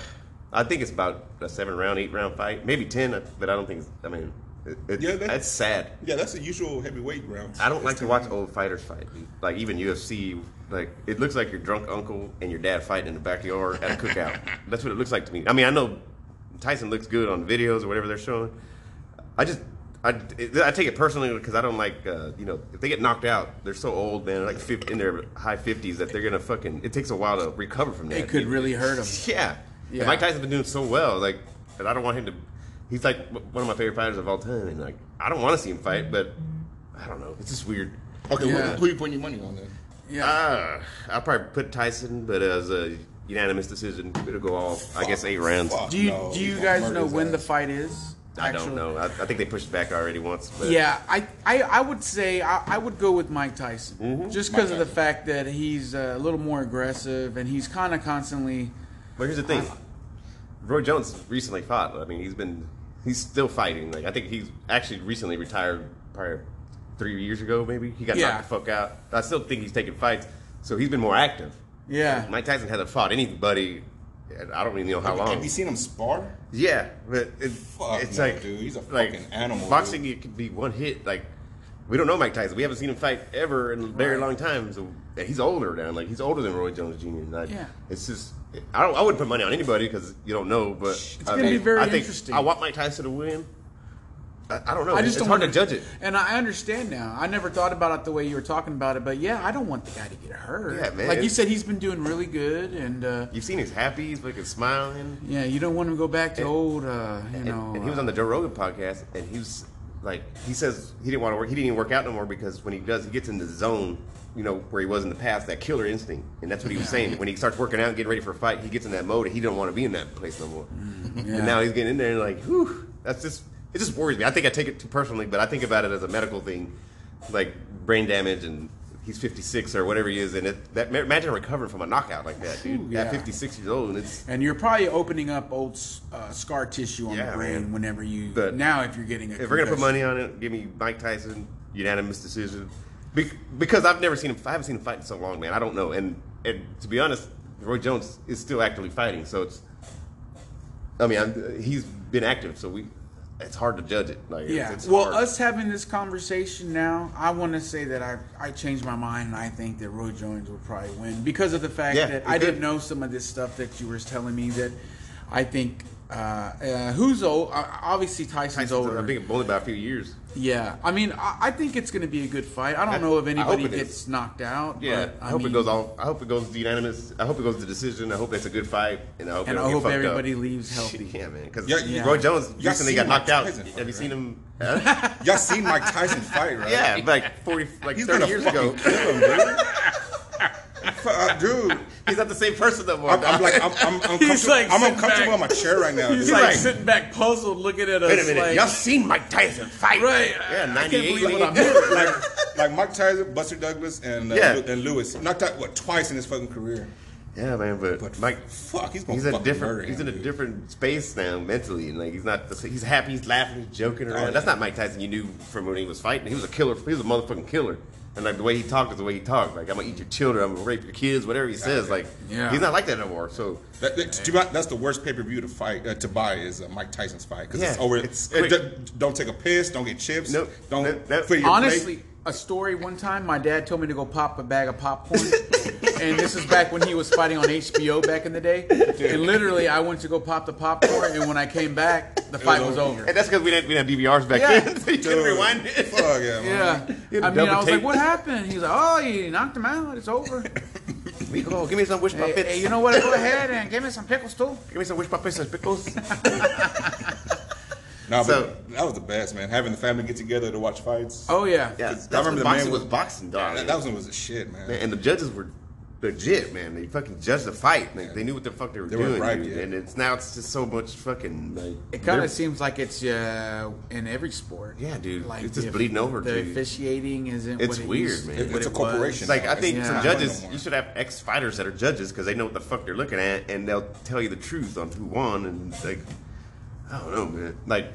Speaker 1: I think it's about a seven round, eight round fight, maybe 10, but I don't think it's, I mean, it, it,
Speaker 3: Yeah, that-
Speaker 1: that's sad.
Speaker 3: Yeah, that's the usual heavyweight round.
Speaker 1: I don't like to watch old fighters fight. Like even UFC, like it looks like your drunk uncle and your dad fighting in the backyard at a cookout. That's what it looks like to me. I mean, I know Tyson looks good on videos or whatever they're showing. I just I, it- I take it personally because I don't like uh, you know if they get knocked out, they're so old man, like 50, in their high fifties that they're gonna fucking. It takes a while to recover from that.
Speaker 2: it could really hurt him.
Speaker 1: Yeah. And
Speaker 2: Yeah.
Speaker 1: Mike Tyson's been doing so well, like, and I don't want him to. He's like w- one of my favorite fighters of all time, and like, I don't want to see him fight, but I don't know. It's just weird.
Speaker 3: Okay,
Speaker 2: Yeah.
Speaker 3: who, who you putting your money on then?
Speaker 2: Yeah.
Speaker 1: Uh, I'll probably put Tyson, but as a unanimous decision, it'll go all, I guess, eight rounds.
Speaker 3: Fuck
Speaker 2: do you
Speaker 3: no,
Speaker 2: do
Speaker 3: he's
Speaker 2: you
Speaker 3: gonna
Speaker 2: guys
Speaker 3: murder
Speaker 2: know
Speaker 3: his
Speaker 2: when the
Speaker 3: ass.
Speaker 2: fight is?
Speaker 1: I
Speaker 2: actually?
Speaker 1: don't know. I, I think they pushed back already once, but
Speaker 2: Yeah, I, I, I would say I, I would go with Mike Tyson
Speaker 1: Mm-hmm.
Speaker 2: just
Speaker 3: Mike
Speaker 2: because of the
Speaker 3: Tyson.
Speaker 2: fact that he's uh, a little more aggressive and he's kind of constantly.
Speaker 1: But here's the thing: Roy Jones recently fought. I mean, he's been he's still fighting. Like I think he's actually recently retired, probably three years ago, maybe. He got
Speaker 2: Yeah.
Speaker 1: knocked the fuck out. I still think he's taking fights, so he's been more active.
Speaker 2: Yeah.
Speaker 1: Mike Tyson hasn't fought anybody. and I don't even know how
Speaker 3: Have
Speaker 1: long.
Speaker 3: you seen him spar?
Speaker 1: Yeah, but it,
Speaker 3: Fuck
Speaker 1: it's
Speaker 3: no,
Speaker 1: like
Speaker 3: dude. He's a
Speaker 1: like,
Speaker 3: fucking animal,
Speaker 1: Boxing,
Speaker 3: dude.
Speaker 1: it could be one hit. Like we don't know Mike Tyson. We haven't seen him fight ever in a very
Speaker 2: Right.
Speaker 1: long time. So and he's older now. Like he's older than Roy Jones Jr. Like
Speaker 2: Yeah.
Speaker 1: it's just I don't. I wouldn't put money on anybody because you don't know. But it's
Speaker 2: gonna be very interesting.
Speaker 1: I want Mike Tyson to win. I, I don't know.
Speaker 2: I
Speaker 1: it's
Speaker 2: just don't
Speaker 1: hard
Speaker 2: wanna-
Speaker 1: to judge it.
Speaker 2: And I understand now. I never thought about it the way you were talking about it, but yeah, I don't want the guy to get hurt.
Speaker 1: Yeah, man.
Speaker 2: Like you said, he's been doing really good, and uh,
Speaker 1: You've seen he's happy. He's fucking smiling.
Speaker 2: yeah, you don't want him to go back to old. Uh, you
Speaker 1: and,
Speaker 2: know,
Speaker 1: and he was on the Joe Rogan podcast, and he was like, he says he didn't want to work, he didn't even work out no more because when he does, he gets in the zone, you know, where he was in the past, that killer instinct, and that's what he was saying. When he starts working out and getting ready for a fight, he gets in that mode, and he don't want to be in that place no more.
Speaker 2: Mm, yeah.
Speaker 1: And now he's getting in there, and like, whew, that's just it just worries me. I think I take it too personally, but I think about it as a medical thing, like brain damage and. He's 56 or whatever he is, and it, that imagine recovering from a knockout like that, dude.
Speaker 2: Whew, yeah.
Speaker 1: At 56 years old, and it's
Speaker 2: And you're probably opening up old s- uh, scar tissue on
Speaker 1: Yeah,
Speaker 2: the brain
Speaker 1: man.
Speaker 2: whenever you.
Speaker 1: But
Speaker 2: now, if you're getting a
Speaker 1: If we're gonna put money
Speaker 2: concussion.
Speaker 1: on it, give me Mike Tyson unanimous decision. Be- because I've never seen him. I haven't seen him fight in so long, man. I don't know. And and to be honest, Roy Jones is still actively fighting, so it's. I mean, I'm, he's been active, so we. It's hard to judge it. Like,
Speaker 2: Yeah.
Speaker 1: It's, it's
Speaker 2: well,
Speaker 1: hard.
Speaker 2: us having this conversation now, I want to say that I I changed my mind and I think that Roy Jones will probably win because of the fact
Speaker 1: Yeah,
Speaker 2: that
Speaker 1: he
Speaker 2: I
Speaker 1: could.
Speaker 2: didn't know some of this stuff that you were telling me that I think uh, uh, who's old? Uh, obviously Tyson's,
Speaker 1: Tyson's
Speaker 2: older.
Speaker 1: I think only by a few years.
Speaker 2: yeah. I mean, I, I think it's going to be a good fight. I don't
Speaker 1: I-
Speaker 2: know if
Speaker 1: I hope
Speaker 2: anybody
Speaker 1: it is.
Speaker 2: gets knocked out.
Speaker 1: Yeah.
Speaker 2: but,
Speaker 1: I, hope
Speaker 2: mean,
Speaker 1: it goes all. I hope it goes unanimous. I hope it goes to decision. I hope it's a good fight, and I hope. it
Speaker 2: And
Speaker 1: don't
Speaker 2: I
Speaker 1: get
Speaker 2: hope
Speaker 1: fucked up.
Speaker 2: everybody leaves healthy.
Speaker 1: Yeah, man. Because
Speaker 3: Yeah, yeah.
Speaker 1: Roy Jones
Speaker 3: Y'all
Speaker 1: recently
Speaker 3: seen
Speaker 1: got
Speaker 3: Mike
Speaker 1: knocked out.
Speaker 3: Tyson fight,
Speaker 1: Have you seen
Speaker 3: right?
Speaker 1: him?
Speaker 3: Y'all seen Mike Tyson fight, right?
Speaker 1: Yeah, like forty, like
Speaker 3: He's
Speaker 1: thirty
Speaker 3: gonna
Speaker 1: years
Speaker 3: fucking
Speaker 1: ago.
Speaker 3: kill him, dude. Fu- uh, dude,
Speaker 1: He's not the same person no more.
Speaker 3: I'm,
Speaker 1: dog.
Speaker 3: I'm like, I'm, I'm, uncomfortable.
Speaker 2: He's like
Speaker 3: I'm
Speaker 2: sitting
Speaker 3: uncomfortable
Speaker 2: back.
Speaker 3: on my chair right now.
Speaker 2: He's
Speaker 3: dude.
Speaker 2: like,
Speaker 1: Right.
Speaker 2: sitting back, puzzled, looking at us.
Speaker 1: wait a minute,
Speaker 2: like-
Speaker 1: y'all seen Mike Tyson fight?
Speaker 2: Right.
Speaker 1: Yeah,
Speaker 2: I can't believe what I'm
Speaker 1: 98.
Speaker 2: hearing.
Speaker 3: like, like Mike Tyson, Buster Douglas, and uh,
Speaker 1: Yeah.
Speaker 3: Lew- and Lewis. Knocked out what twice in his fucking career.
Speaker 1: Yeah, man, but,
Speaker 3: But
Speaker 1: Mike,
Speaker 3: fuck, he's gonna
Speaker 1: he's a
Speaker 3: fucking murder
Speaker 1: different, he's in
Speaker 3: him,
Speaker 1: a
Speaker 3: dude.
Speaker 1: different space now mentally, and like he's not, the, sa- he's happy, he's laughing, he's joking around.
Speaker 3: Oh, yeah.
Speaker 1: That's not Mike Tyson you knew from when he was fighting. He was a killer. He was a motherfucking killer. And like the way he talked is the way he talked. Like I'm gonna eat your children, I'm gonna rape your kids, whatever he says. Like
Speaker 2: Yeah.
Speaker 1: he's not like that no more. So
Speaker 3: That, that- to buy- that's the worst pay per view to fight uh, to buy is uh, Mike Tyson's fight because it's
Speaker 1: Yeah,
Speaker 3: over.
Speaker 1: it's
Speaker 3: it
Speaker 1: quick.
Speaker 3: d- don't take a piss. Don't get chips.
Speaker 1: Nope.
Speaker 3: Don't
Speaker 1: That- that-
Speaker 3: put your
Speaker 2: honestly,
Speaker 3: plate.
Speaker 2: a story one time. My dad told me to go pop a bag of popcorn. and this is back when he was fighting on HBO back in the day. And literally, I went to go pop the popcorn, and when I came back, the fight was over.
Speaker 1: And that's because we didn't we didn't have DVRs back
Speaker 2: Yeah.
Speaker 1: then, so you couldn't rewind it.
Speaker 3: Fuck yeah, man.
Speaker 2: Yeah.
Speaker 1: He had
Speaker 2: I
Speaker 1: a
Speaker 2: mean, I
Speaker 1: double
Speaker 2: was
Speaker 1: take.
Speaker 2: like, what happened? He's like, oh, you knocked him out. It's over.
Speaker 1: We go, give me some wish
Speaker 2: hey,
Speaker 1: puppets.
Speaker 2: hey, you know what? Go ahead and give me some pickles, too.
Speaker 1: give me some wish puppets and pickles.
Speaker 3: Nah,
Speaker 1: So-
Speaker 3: but that was the best, man. Having the family get together to watch fights.
Speaker 2: Oh, yeah.
Speaker 1: Yeah,
Speaker 3: That's
Speaker 1: that's I remember
Speaker 3: when
Speaker 1: the
Speaker 3: boxing
Speaker 1: boxing
Speaker 3: was
Speaker 1: was boxing, dog.
Speaker 3: that, that was was a shit, man.
Speaker 1: and the judges were legit, man. They fucking judged the fight. Like, They knew what the fuck they were
Speaker 3: They were
Speaker 1: doing.
Speaker 3: right,
Speaker 1: dude.
Speaker 3: yeah.
Speaker 1: And it's now it's just so much fucking like
Speaker 2: It kind
Speaker 1: they're-
Speaker 2: of seems like it's uh, in every sport.
Speaker 1: Yeah, dude.
Speaker 2: Like
Speaker 1: It's just
Speaker 2: the-
Speaker 1: bleeding over,
Speaker 2: The
Speaker 1: dude.
Speaker 2: officiating isn't.
Speaker 1: It's
Speaker 2: what it
Speaker 1: weird,
Speaker 2: used-
Speaker 1: man.
Speaker 2: what
Speaker 3: It- it's a
Speaker 2: was.
Speaker 3: corporation.
Speaker 1: It's like I think
Speaker 2: Yeah.
Speaker 1: some
Speaker 2: not
Speaker 1: judges,
Speaker 3: no more.
Speaker 1: you should have ex fighters that are judges because they know what the fuck they're looking at, and they'll tell you the truth on who won. And it's like, I don't know, man. Like,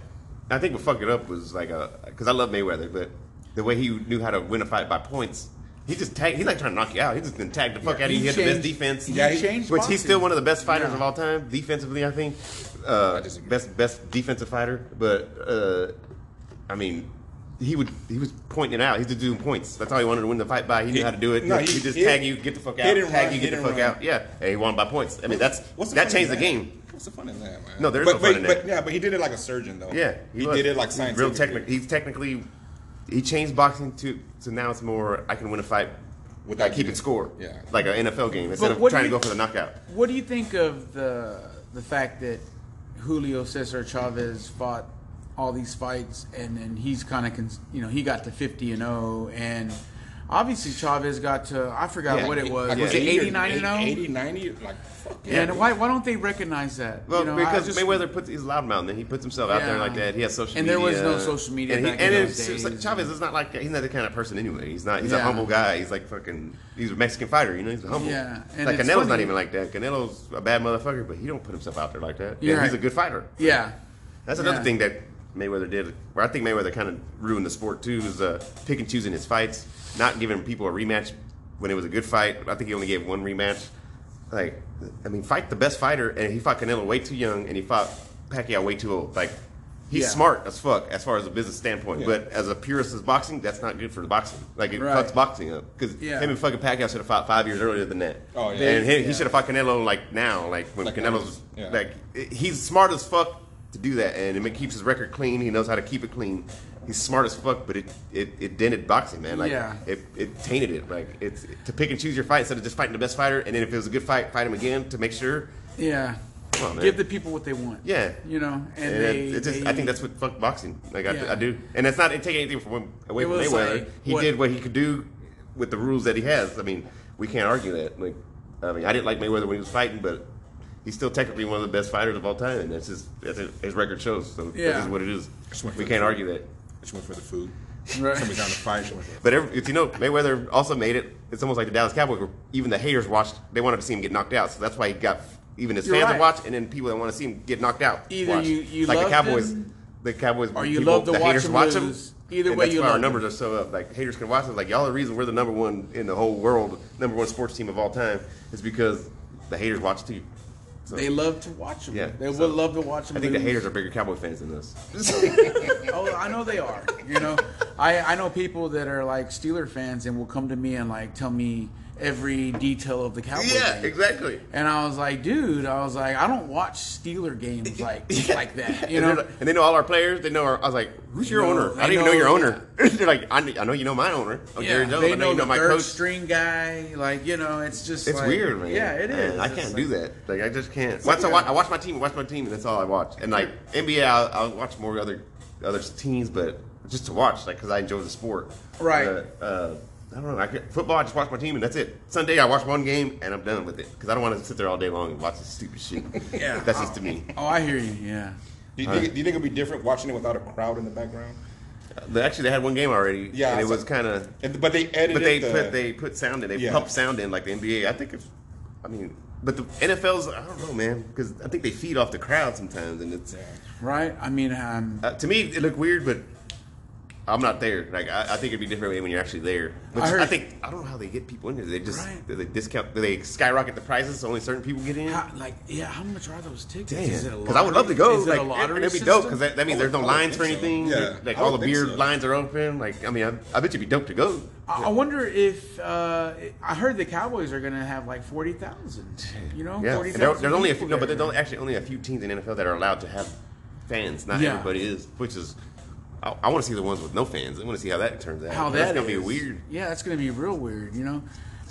Speaker 1: I think what fucked it up was like a because I love Mayweather, but the way he knew how to win a fight by points, he just tagged. He's like trying to knock you out. He just gonna tag the fuck out of you. He had the best
Speaker 2: changed-
Speaker 1: defense.
Speaker 2: He
Speaker 3: Yeah, he-
Speaker 2: changed
Speaker 1: Which he's still
Speaker 2: boxing.
Speaker 1: one of the best fighters
Speaker 2: Yeah.
Speaker 1: of all time, defensively, I think. Uh,
Speaker 3: disagree.
Speaker 1: best best defensive fighter, but uh, I mean, he would he was pointing it out. He was doing points. That's all he wanted to win the fight by. He knew how to do it.
Speaker 3: no,
Speaker 1: he,
Speaker 3: he-
Speaker 1: just
Speaker 3: he-
Speaker 1: tag you, get the fuck out.
Speaker 3: hit and
Speaker 1: Tag
Speaker 3: run,
Speaker 1: you, get
Speaker 3: hit
Speaker 1: the
Speaker 3: and
Speaker 1: fuck
Speaker 3: run.
Speaker 1: out. Yeah, and he won by points. I mean, that's
Speaker 3: What's the
Speaker 1: that
Speaker 3: fun
Speaker 1: changed the
Speaker 3: in
Speaker 1: game.
Speaker 3: What's the fun in that, man?
Speaker 1: No, there is
Speaker 3: but,
Speaker 1: no
Speaker 3: but,
Speaker 1: fun in
Speaker 3: but,
Speaker 1: that.
Speaker 3: Yeah, but he did it like a surgeon, though.
Speaker 1: Yeah,
Speaker 3: he,
Speaker 1: was.
Speaker 3: did it like
Speaker 1: He's
Speaker 3: science.
Speaker 1: Real technical. He's technically he changed boxing to so now it's more I can win a fight
Speaker 3: Without
Speaker 1: without keeping
Speaker 3: getting-
Speaker 1: score.
Speaker 3: yeah.
Speaker 1: like an NFL game instead of
Speaker 2: what do
Speaker 1: trying to
Speaker 2: you-
Speaker 1: go for the knockout.
Speaker 2: What do you think of the the fact that Julio Cesar Chavez fought all these fights and then he's kind of cons- you know he got to 50 and 0 and obviously Chavez got to I forgot
Speaker 1: Yeah,
Speaker 2: what it
Speaker 1: he-
Speaker 2: was
Speaker 1: like,
Speaker 2: was
Speaker 1: yeah,
Speaker 2: it
Speaker 1: he-
Speaker 2: 89 and 0
Speaker 3: 80, 90, like fuck yeah.
Speaker 2: and why why don't they recognize that
Speaker 1: Well,
Speaker 2: You know, I
Speaker 1: because
Speaker 2: just-
Speaker 1: Mayweather puts he's loudmouth, and then he puts himself out there
Speaker 2: Yeah.
Speaker 1: like that. He has social,
Speaker 2: And there
Speaker 1: media.
Speaker 2: was no social media
Speaker 1: And,
Speaker 2: back in
Speaker 1: and
Speaker 2: those
Speaker 1: it's, it's like
Speaker 2: days.
Speaker 1: Chavez is not like he's not the kind of person anyway. He's not. He's a
Speaker 2: Yeah.
Speaker 1: humble guy. He's like fucking. He's a Mexican fighter. You know, he's humble.
Speaker 2: Yeah, and
Speaker 1: like
Speaker 2: it's
Speaker 1: Canelo's not
Speaker 2: funny.
Speaker 1: even like that. Canelo's a bad motherfucker, but he don't put himself out there like that.
Speaker 2: You're
Speaker 1: Yeah, he's
Speaker 2: right.
Speaker 1: a good fighter.
Speaker 2: yeah
Speaker 1: That's another
Speaker 2: Yeah.
Speaker 1: thing that Mayweather did, where I think Mayweather kind of ruined the sport too, is uh, pick and choosing his fights, not giving people a rematch when it was a good fight. I think he only gave one rematch. Like, I mean, fight the best fighter, and he fought Canelo way too young, and he fought Pacquiao way too old. Like, he's
Speaker 2: Yeah.
Speaker 1: smart as fuck as far as a business standpoint,
Speaker 3: Yeah.
Speaker 1: but as a purist as boxing, that's not good for the boxing. Like, it
Speaker 2: Right.
Speaker 1: fucks boxing up because
Speaker 2: Yeah.
Speaker 1: him and fucking Pacquiao should have fought five years earlier than that.
Speaker 3: Oh, yeah.
Speaker 1: and he,
Speaker 2: Yeah.
Speaker 1: he should have fought Canelo like now, like when
Speaker 3: Like
Speaker 1: Canelo's
Speaker 3: now. Yeah.
Speaker 1: like it- he's smart as fuck to do that, and it keeps his record clean. He knows how to keep it clean. He's smart as fuck, but it it, it dented boxing, man. Like
Speaker 2: Yeah.
Speaker 1: it, it tainted it. Like it's to pick and choose your fight instead of just fighting the best fighter, and then if it was a good fight, fight him again to make sure.
Speaker 2: yeah
Speaker 1: Come on, man.
Speaker 2: give the people what they want
Speaker 1: Yeah.
Speaker 2: you know and,
Speaker 1: And
Speaker 2: they,
Speaker 1: it- it just,
Speaker 2: they-
Speaker 1: I think that's what fucked boxing. Like I,
Speaker 2: Yeah.
Speaker 1: I do, and it's not it take anything from him away
Speaker 2: It
Speaker 1: from
Speaker 2: was
Speaker 1: Mayweather.
Speaker 2: like,
Speaker 1: he
Speaker 2: what-
Speaker 1: did what he could do with the rules that he has. I mean, we can't argue that. Like, I mean, I didn't like Mayweather when he was fighting, but he's still technically one of the best fighters of all time, and that's just that's his, his record shows. So
Speaker 2: Yeah.
Speaker 1: that's just what it is.
Speaker 3: Just went for
Speaker 1: We
Speaker 3: the
Speaker 1: can't
Speaker 3: food.
Speaker 1: argue that.
Speaker 3: She went for the food.
Speaker 2: Right.
Speaker 3: Somebody down to fight. She went for the
Speaker 1: But every, if you know, Mayweather also made it. It's almost like the Dallas Cowboys. Where even the haters watched. They wanted to see him get knocked out, so that's why he got even his
Speaker 2: You're
Speaker 1: fans
Speaker 2: right.
Speaker 1: that watch, and then people that want to see him get knocked out.
Speaker 2: Either
Speaker 1: watch.
Speaker 2: you- you
Speaker 1: like the
Speaker 2: loved
Speaker 1: Cowboys.
Speaker 2: him,
Speaker 1: the Cowboys,
Speaker 2: or you
Speaker 1: people-
Speaker 2: loved to
Speaker 1: the
Speaker 2: watch
Speaker 1: haters
Speaker 2: him
Speaker 1: watch
Speaker 2: lose.
Speaker 1: him.
Speaker 2: Either
Speaker 1: and
Speaker 2: way,
Speaker 1: that's
Speaker 2: you
Speaker 1: why our
Speaker 2: loved him.
Speaker 1: numbers are so up. Like haters can watch us. Like y'all, the reason we're the number one in the whole world, number one sports team of all time, is because the haters watch too. So
Speaker 2: they love to watch them
Speaker 1: Yeah,
Speaker 2: they
Speaker 1: so-
Speaker 2: would love to watch them
Speaker 1: I think the haters are bigger Cowboy fans than us.
Speaker 2: Oh, I know they are. You know, I I know people that are like Steeler fans and will come to me and like tell me every detail of the Cowboys. game.
Speaker 1: exactly.
Speaker 2: And I was like, dude, I was like, I don't watch Steeler games like like that. You
Speaker 1: and, they're
Speaker 2: know,
Speaker 1: like- and they know all our players. They know our. I was like, "Who's your
Speaker 2: No,
Speaker 1: owner?" I
Speaker 2: they
Speaker 1: didn't even know your
Speaker 2: know-
Speaker 1: owner. They're like, I, kn- "I know you know my owner." Oh, Jerry Jones. I know you know
Speaker 2: the
Speaker 1: my
Speaker 2: third
Speaker 1: coach.
Speaker 2: string guy. Like you know, it's just
Speaker 1: It's
Speaker 2: like-
Speaker 1: weird, man.
Speaker 2: Yeah, it is.
Speaker 1: And I
Speaker 2: It's
Speaker 1: can't
Speaker 2: like-
Speaker 1: do that. Like, I just can't. Once I
Speaker 2: like
Speaker 1: watch,
Speaker 2: a-
Speaker 1: I watch my team, watch my team, and that's all I watch. And like NBA, I'll, I'll watch more other other teams, but just to watch, like, because I enjoy the sport.
Speaker 2: Right.
Speaker 1: But, uh, I don't know. I can't, football, I just watch my team, and that's it. Sunday, I watch one game, and I'm done with it because I don't want to sit there all day long and watch this stupid shit.
Speaker 2: Yeah.
Speaker 1: that's just to me.
Speaker 2: Oh, I hear you. Yeah.
Speaker 3: food. Do you, think, do you think it'd be different watching it without a crowd in the background?
Speaker 1: They- Actually, they had one game already,
Speaker 3: Yeah,
Speaker 1: and
Speaker 3: I
Speaker 1: it
Speaker 3: saw-
Speaker 1: was kind of.
Speaker 3: And, but they edited.
Speaker 1: But they
Speaker 3: the,
Speaker 1: put they put sound in. They
Speaker 3: Yeah.
Speaker 1: pump sound in like the NBA. I think it's. I mean, but the NFL's. I don't know, man, because I think they feed off the crowd sometimes, and it's.
Speaker 3: Yeah.
Speaker 2: Right. I mean, um,
Speaker 1: Uh, to me, it looked weird, but I'm not there. Like I, I think it'd be different when you're actually there. Which
Speaker 2: I
Speaker 1: I,
Speaker 2: heard-
Speaker 1: think I don't know how they get people in there. They just
Speaker 2: Right.
Speaker 1: do they discount. Do they skyrocket the prices so only certain people get in?
Speaker 2: How, like, yeah, how much are those tickets? Is it a
Speaker 1: Because I would love to
Speaker 2: lottery-
Speaker 1: go.
Speaker 2: Is it
Speaker 1: like,
Speaker 2: a lottery?
Speaker 1: It'd be dope
Speaker 2: system?
Speaker 1: because that, that means
Speaker 3: I would-
Speaker 1: there's no
Speaker 3: I would
Speaker 1: lines for
Speaker 3: think so.
Speaker 1: anything.
Speaker 3: Yeah,
Speaker 1: Like
Speaker 3: I
Speaker 1: all
Speaker 3: would
Speaker 1: the
Speaker 3: think
Speaker 1: beer
Speaker 3: so.
Speaker 1: lines are open. Like I mean, I, I bet you'd be dope to go.
Speaker 2: I I wonder if uh, I heard the Cowboys are gonna have like forty thousand. You know,
Speaker 1: Yeah,
Speaker 2: Oh, forty
Speaker 1: and
Speaker 2: thousand.
Speaker 1: there, there's only a few, no,
Speaker 2: people
Speaker 1: but there's
Speaker 2: there.
Speaker 1: only, actually only a few teams in NFL that are allowed to have fans. Not
Speaker 2: Yeah.
Speaker 1: everybody is, which is. I, I want to see the ones with no fans. I want to see how that turns out.
Speaker 2: how
Speaker 1: That's
Speaker 2: that
Speaker 1: gonna be
Speaker 2: is.
Speaker 1: weird.
Speaker 2: Yeah, that's gonna be real weird. You know,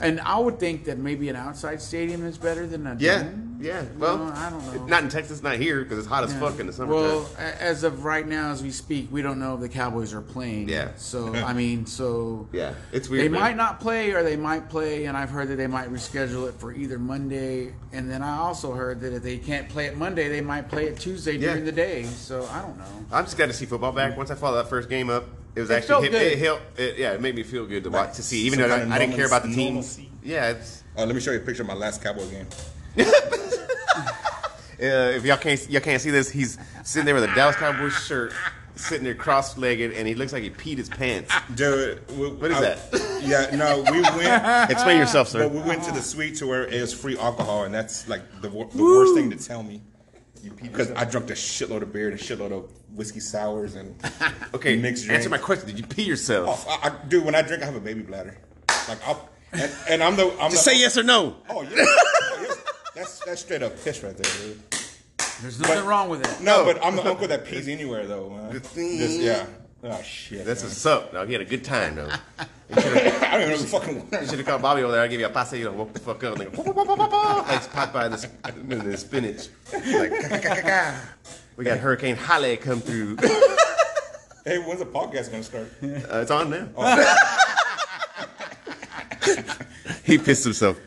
Speaker 2: and I would think that maybe an outside stadium is better than a
Speaker 1: Yeah,
Speaker 2: dome.
Speaker 1: yeah.
Speaker 2: You
Speaker 1: Well,
Speaker 2: know, I don't know.
Speaker 1: Not in Texas, not here because it's hot as
Speaker 2: Yeah.
Speaker 1: fuck in the summertime.
Speaker 2: Well, a- as of right now, as we speak, we don't know if the Cowboys are playing.
Speaker 1: Yeah.
Speaker 2: So I mean, so
Speaker 1: yeah, it's weird.
Speaker 2: They
Speaker 1: man.
Speaker 2: might not play, or they might play, and I've heard that they might reschedule it for either Monday, and then I also heard that if they can't play it Monday, they might play it Tuesday
Speaker 1: Yeah.
Speaker 2: during the day. So I don't know.
Speaker 1: I'm just glad to see football back. Once I followed that first game up, it was
Speaker 2: It felt
Speaker 1: actually it,
Speaker 2: good.
Speaker 1: it helped. It, yeah, it made me feel good to
Speaker 3: Like
Speaker 1: watch to see, even
Speaker 3: some
Speaker 1: though
Speaker 3: kind of
Speaker 1: I, I didn't care about the
Speaker 3: normal-
Speaker 1: team.
Speaker 3: normalcy.
Speaker 1: Yeah, it's,
Speaker 3: Uh, let me show you a picture of my last Cowboy game.
Speaker 1: uh, if y'all can't y'all can't see this, he's sitting there with a Dallas Cowboys shirt, sitting there cross-legged, and he looks like he peed his pants.
Speaker 3: Dude, w-
Speaker 1: What is that?
Speaker 3: Yeah, no, we went.
Speaker 1: Explain yourself, sir.
Speaker 3: But we went to the suite to where it was free alcohol, and that's like the, wor- the worst thing to tell me. Because I drank a shitload of beer and a shitload of whiskey sours, and
Speaker 1: Okay,
Speaker 3: mixed Oh.
Speaker 1: answer
Speaker 3: drink.
Speaker 1: my question. Did you pee yourself?
Speaker 3: I, I, dude, when I drink, I have a baby bladder. Like, I'll, and, and I'm the I'm
Speaker 1: Just
Speaker 3: the,
Speaker 1: say yes or no.
Speaker 3: Oh yeah, Oh, yes. that's that's straight up piss right there, dude.
Speaker 2: There's nothing
Speaker 3: But-
Speaker 2: wrong with it.
Speaker 3: No, but I'm the uncle that pees anywhere though, man. Just, yeah. Oh shit.
Speaker 1: That's
Speaker 3: man.
Speaker 1: what's up. Now he had a good time though.
Speaker 3: I don't even fucking.
Speaker 1: Should have called Bobby over there. I give you a passe. You know, woke the fuck up. Like, like pop by this, this spinach. Like, we got Hurricane Halle come through.
Speaker 3: Hey, when's the podcast gonna start?
Speaker 1: Uh, it's on now. Oh. he pissed himself.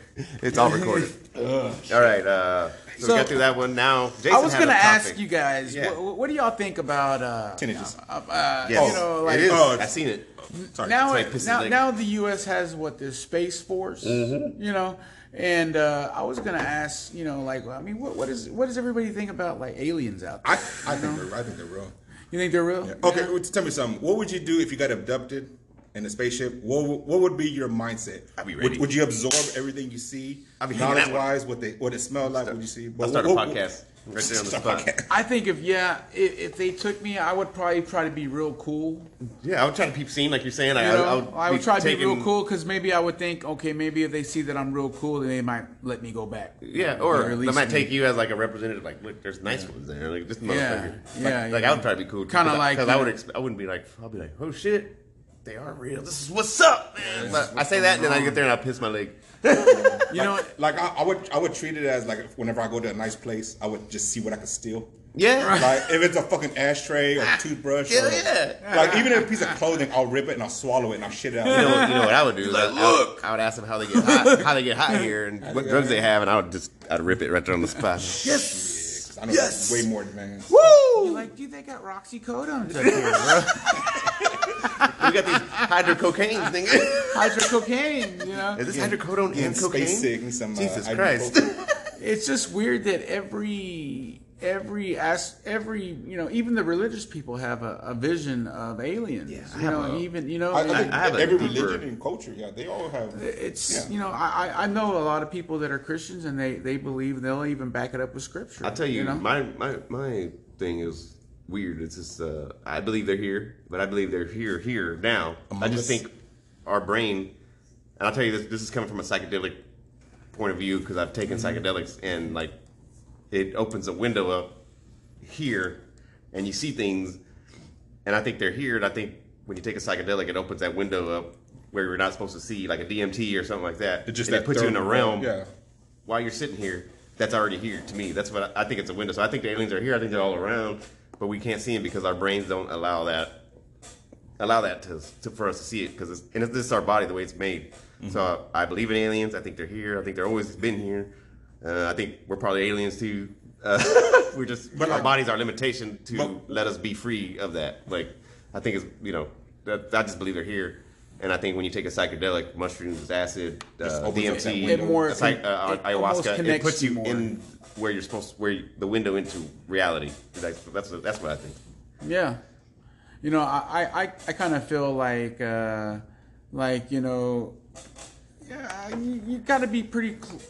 Speaker 1: It's all recorded. all right. Uh, so,
Speaker 2: So-
Speaker 1: we got through that one. Now, Jason
Speaker 2: I was
Speaker 1: going
Speaker 2: gonna
Speaker 1: to
Speaker 2: ask you guys,
Speaker 1: Yeah.
Speaker 2: what, what do y'all think about uh,
Speaker 3: Ten inches.
Speaker 2: uh, uh,
Speaker 1: Yes.
Speaker 2: you know, like
Speaker 1: it is.
Speaker 3: Oh,
Speaker 1: I seen it.
Speaker 3: Sorry.
Speaker 2: now,
Speaker 1: Sorry, piss
Speaker 2: now,
Speaker 1: his leg.
Speaker 2: now the U.S. has what the space force,
Speaker 1: Mm-hmm.
Speaker 2: you know. And uh, I was gonna ask, you know, like, I mean, what, what is what does everybody think about like aliens out
Speaker 3: I,
Speaker 2: there?
Speaker 3: I think they're I think they're real.
Speaker 2: you think they're real?
Speaker 3: Okay, well, tell me something. What would you do if you got abducted in a spaceship? What would- what would be your mindset?
Speaker 1: I'd be
Speaker 3: Would,
Speaker 1: ready.
Speaker 3: would you absorb everything you see?
Speaker 1: I'd be hanging out
Speaker 3: knowledge
Speaker 1: with-
Speaker 3: wise, what they what it smelled like, what you see.
Speaker 1: I'll
Speaker 3: But
Speaker 1: start a
Speaker 3: what-
Speaker 1: podcast right there on the
Speaker 3: Start a
Speaker 1: spot.
Speaker 3: podcast.
Speaker 2: I think if yeah, if, if they took me, I would probably try to be real cool.
Speaker 1: Yeah, I would try to peep scene like you're saying.
Speaker 2: You
Speaker 1: I,
Speaker 2: know?
Speaker 1: I,
Speaker 2: I
Speaker 1: would
Speaker 2: would,
Speaker 1: be
Speaker 2: try to be real
Speaker 1: taking-
Speaker 2: cool because maybe I would think, okay, maybe if they see that I'm real cool, then they might let me go back.
Speaker 1: Yeah, or
Speaker 2: Or
Speaker 1: they
Speaker 2: at
Speaker 1: might
Speaker 2: least
Speaker 1: take you as like a representative. Like, look, there's nice ones there. Like this motherfucker.
Speaker 2: Yeah,
Speaker 1: like,
Speaker 2: yeah,
Speaker 1: like
Speaker 2: yeah.
Speaker 1: I would probably be cool.
Speaker 2: Kinda like
Speaker 1: because I
Speaker 2: the-
Speaker 1: would. Exp- I wouldn't be like. I'll be like, oh shit, they are real. This is what's up, man. But I say that, and then I get there and I piss my leg.
Speaker 2: You know,
Speaker 3: Like I, I would I would treat it as like whenever I go to a nice place, I would just see what I could steal.
Speaker 1: Yeah,
Speaker 3: Like if it's a fucking ashtray or a toothbrush,
Speaker 1: Ah, Hell
Speaker 3: or
Speaker 1: yeah.
Speaker 3: like even if a piece of clothing, I'll rip it and I'll swallow it and I'll shit it out.
Speaker 1: You know, you know what I would do? is I-
Speaker 3: like,
Speaker 1: I, would-
Speaker 3: "Look."
Speaker 1: I would ask them how they get hot, how they get hot here, and what drugs they have, and I would just I'd rip it right there on the spot.
Speaker 3: yes, I know
Speaker 1: Yes.
Speaker 3: way more advanced.
Speaker 2: you're like, dude, they got roxycodones up here, bro.
Speaker 1: we got these hydrococaine thing. Is
Speaker 2: hydrococaine. You know,
Speaker 1: this hydrocodone and,
Speaker 3: And
Speaker 1: cocaine?
Speaker 3: space sick and some uh,
Speaker 1: Jesus
Speaker 3: ibuprofen.
Speaker 1: Christ.
Speaker 2: it's just weird that every every as every you know even the religious people have a, a vision of aliens.
Speaker 1: Yeah, I
Speaker 2: you
Speaker 1: have
Speaker 2: know,
Speaker 1: a-
Speaker 2: even you know.
Speaker 3: I, I
Speaker 2: and-
Speaker 3: think
Speaker 1: I have a
Speaker 3: every
Speaker 1: deeper-
Speaker 3: religion and culture, yeah, they all have.
Speaker 2: It's
Speaker 3: Yeah.
Speaker 2: you know I I I know a lot of people that are Christians and they they believe they'll even back it up with scripture.
Speaker 1: I'll tell you,
Speaker 2: know?
Speaker 1: my, my my thing is weird. It's just uh, I believe they're here, but I believe they're here here now. I
Speaker 3: Among
Speaker 1: just
Speaker 3: us.
Speaker 1: think our brain, and I'll tell you this. This is coming from a psychedelic point of view because I've taken
Speaker 3: Mm-hmm.
Speaker 1: psychedelics and like it opens a window up here, and you see things, and I think they're here. And I think when you take a psychedelic, it opens that window up where you're not supposed to see, like a DMT or something like that.
Speaker 3: It just
Speaker 1: and
Speaker 3: that
Speaker 1: it puts you in
Speaker 3: third
Speaker 1: a realm
Speaker 3: world, yeah.
Speaker 1: while you're sitting here, that's already here to me. That's what I, I think it's a window. So I think the aliens are here. I think they're all around, but we can't see them because our brains don't allow that allow that to, to for us to see it because it's, and it's, this is our body the way it's made. So I, I believe in aliens. I think they're here. I think they're always been here. Uh, I think we're probably aliens too. Uh, we're just
Speaker 3: But
Speaker 1: our
Speaker 3: like-
Speaker 1: bodies are limitation to
Speaker 3: But-
Speaker 1: let us be free of that. Like I think it's you know that, I just believe they're here. And I think when you take a psychedelic, mushrooms, acid,
Speaker 3: Just
Speaker 1: uh,
Speaker 3: opens up that
Speaker 1: DMT,
Speaker 3: window. It
Speaker 2: more
Speaker 1: it's like, uh,
Speaker 2: it almost
Speaker 1: ayahuasca, it
Speaker 2: connects
Speaker 1: puts
Speaker 2: you
Speaker 1: you
Speaker 2: more.
Speaker 1: in where you're supposed, where you, the window into reality. Like, that's what, that's what I think.
Speaker 2: yeah. you know, I I, I kind of feel like uh, like you know, yeah, you, you got to be pretty cl-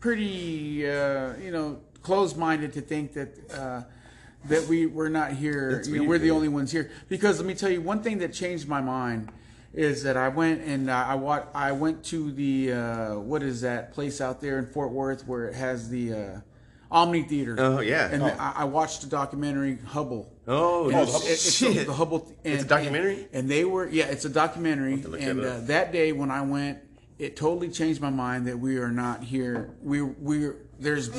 Speaker 2: pretty uh, you know closed minded to think that. Uh, that we we're not here.
Speaker 1: That's
Speaker 2: you
Speaker 1: what
Speaker 2: know,
Speaker 1: you
Speaker 2: we're the
Speaker 1: do.
Speaker 2: only ones here. Because let me tell you, one thing that changed my mind is that I went and I I, wa- I went to the uh, what is that place out there in Fort Worth where it has the uh, Omni Theater.
Speaker 1: Oh, yeah.
Speaker 2: And
Speaker 1: Oh.
Speaker 2: I, I watched the documentary Hubble.
Speaker 1: Oh,
Speaker 2: And it's-
Speaker 1: Hubble.
Speaker 2: it's- it's
Speaker 1: Shit.
Speaker 2: the Hubble. And,
Speaker 1: a documentary?
Speaker 2: and, and they were yeah, it's a documentary.
Speaker 1: look
Speaker 2: And
Speaker 1: that
Speaker 2: uh,
Speaker 1: up.
Speaker 2: that day when I went, it totally changed my mind that we are not here. We we there's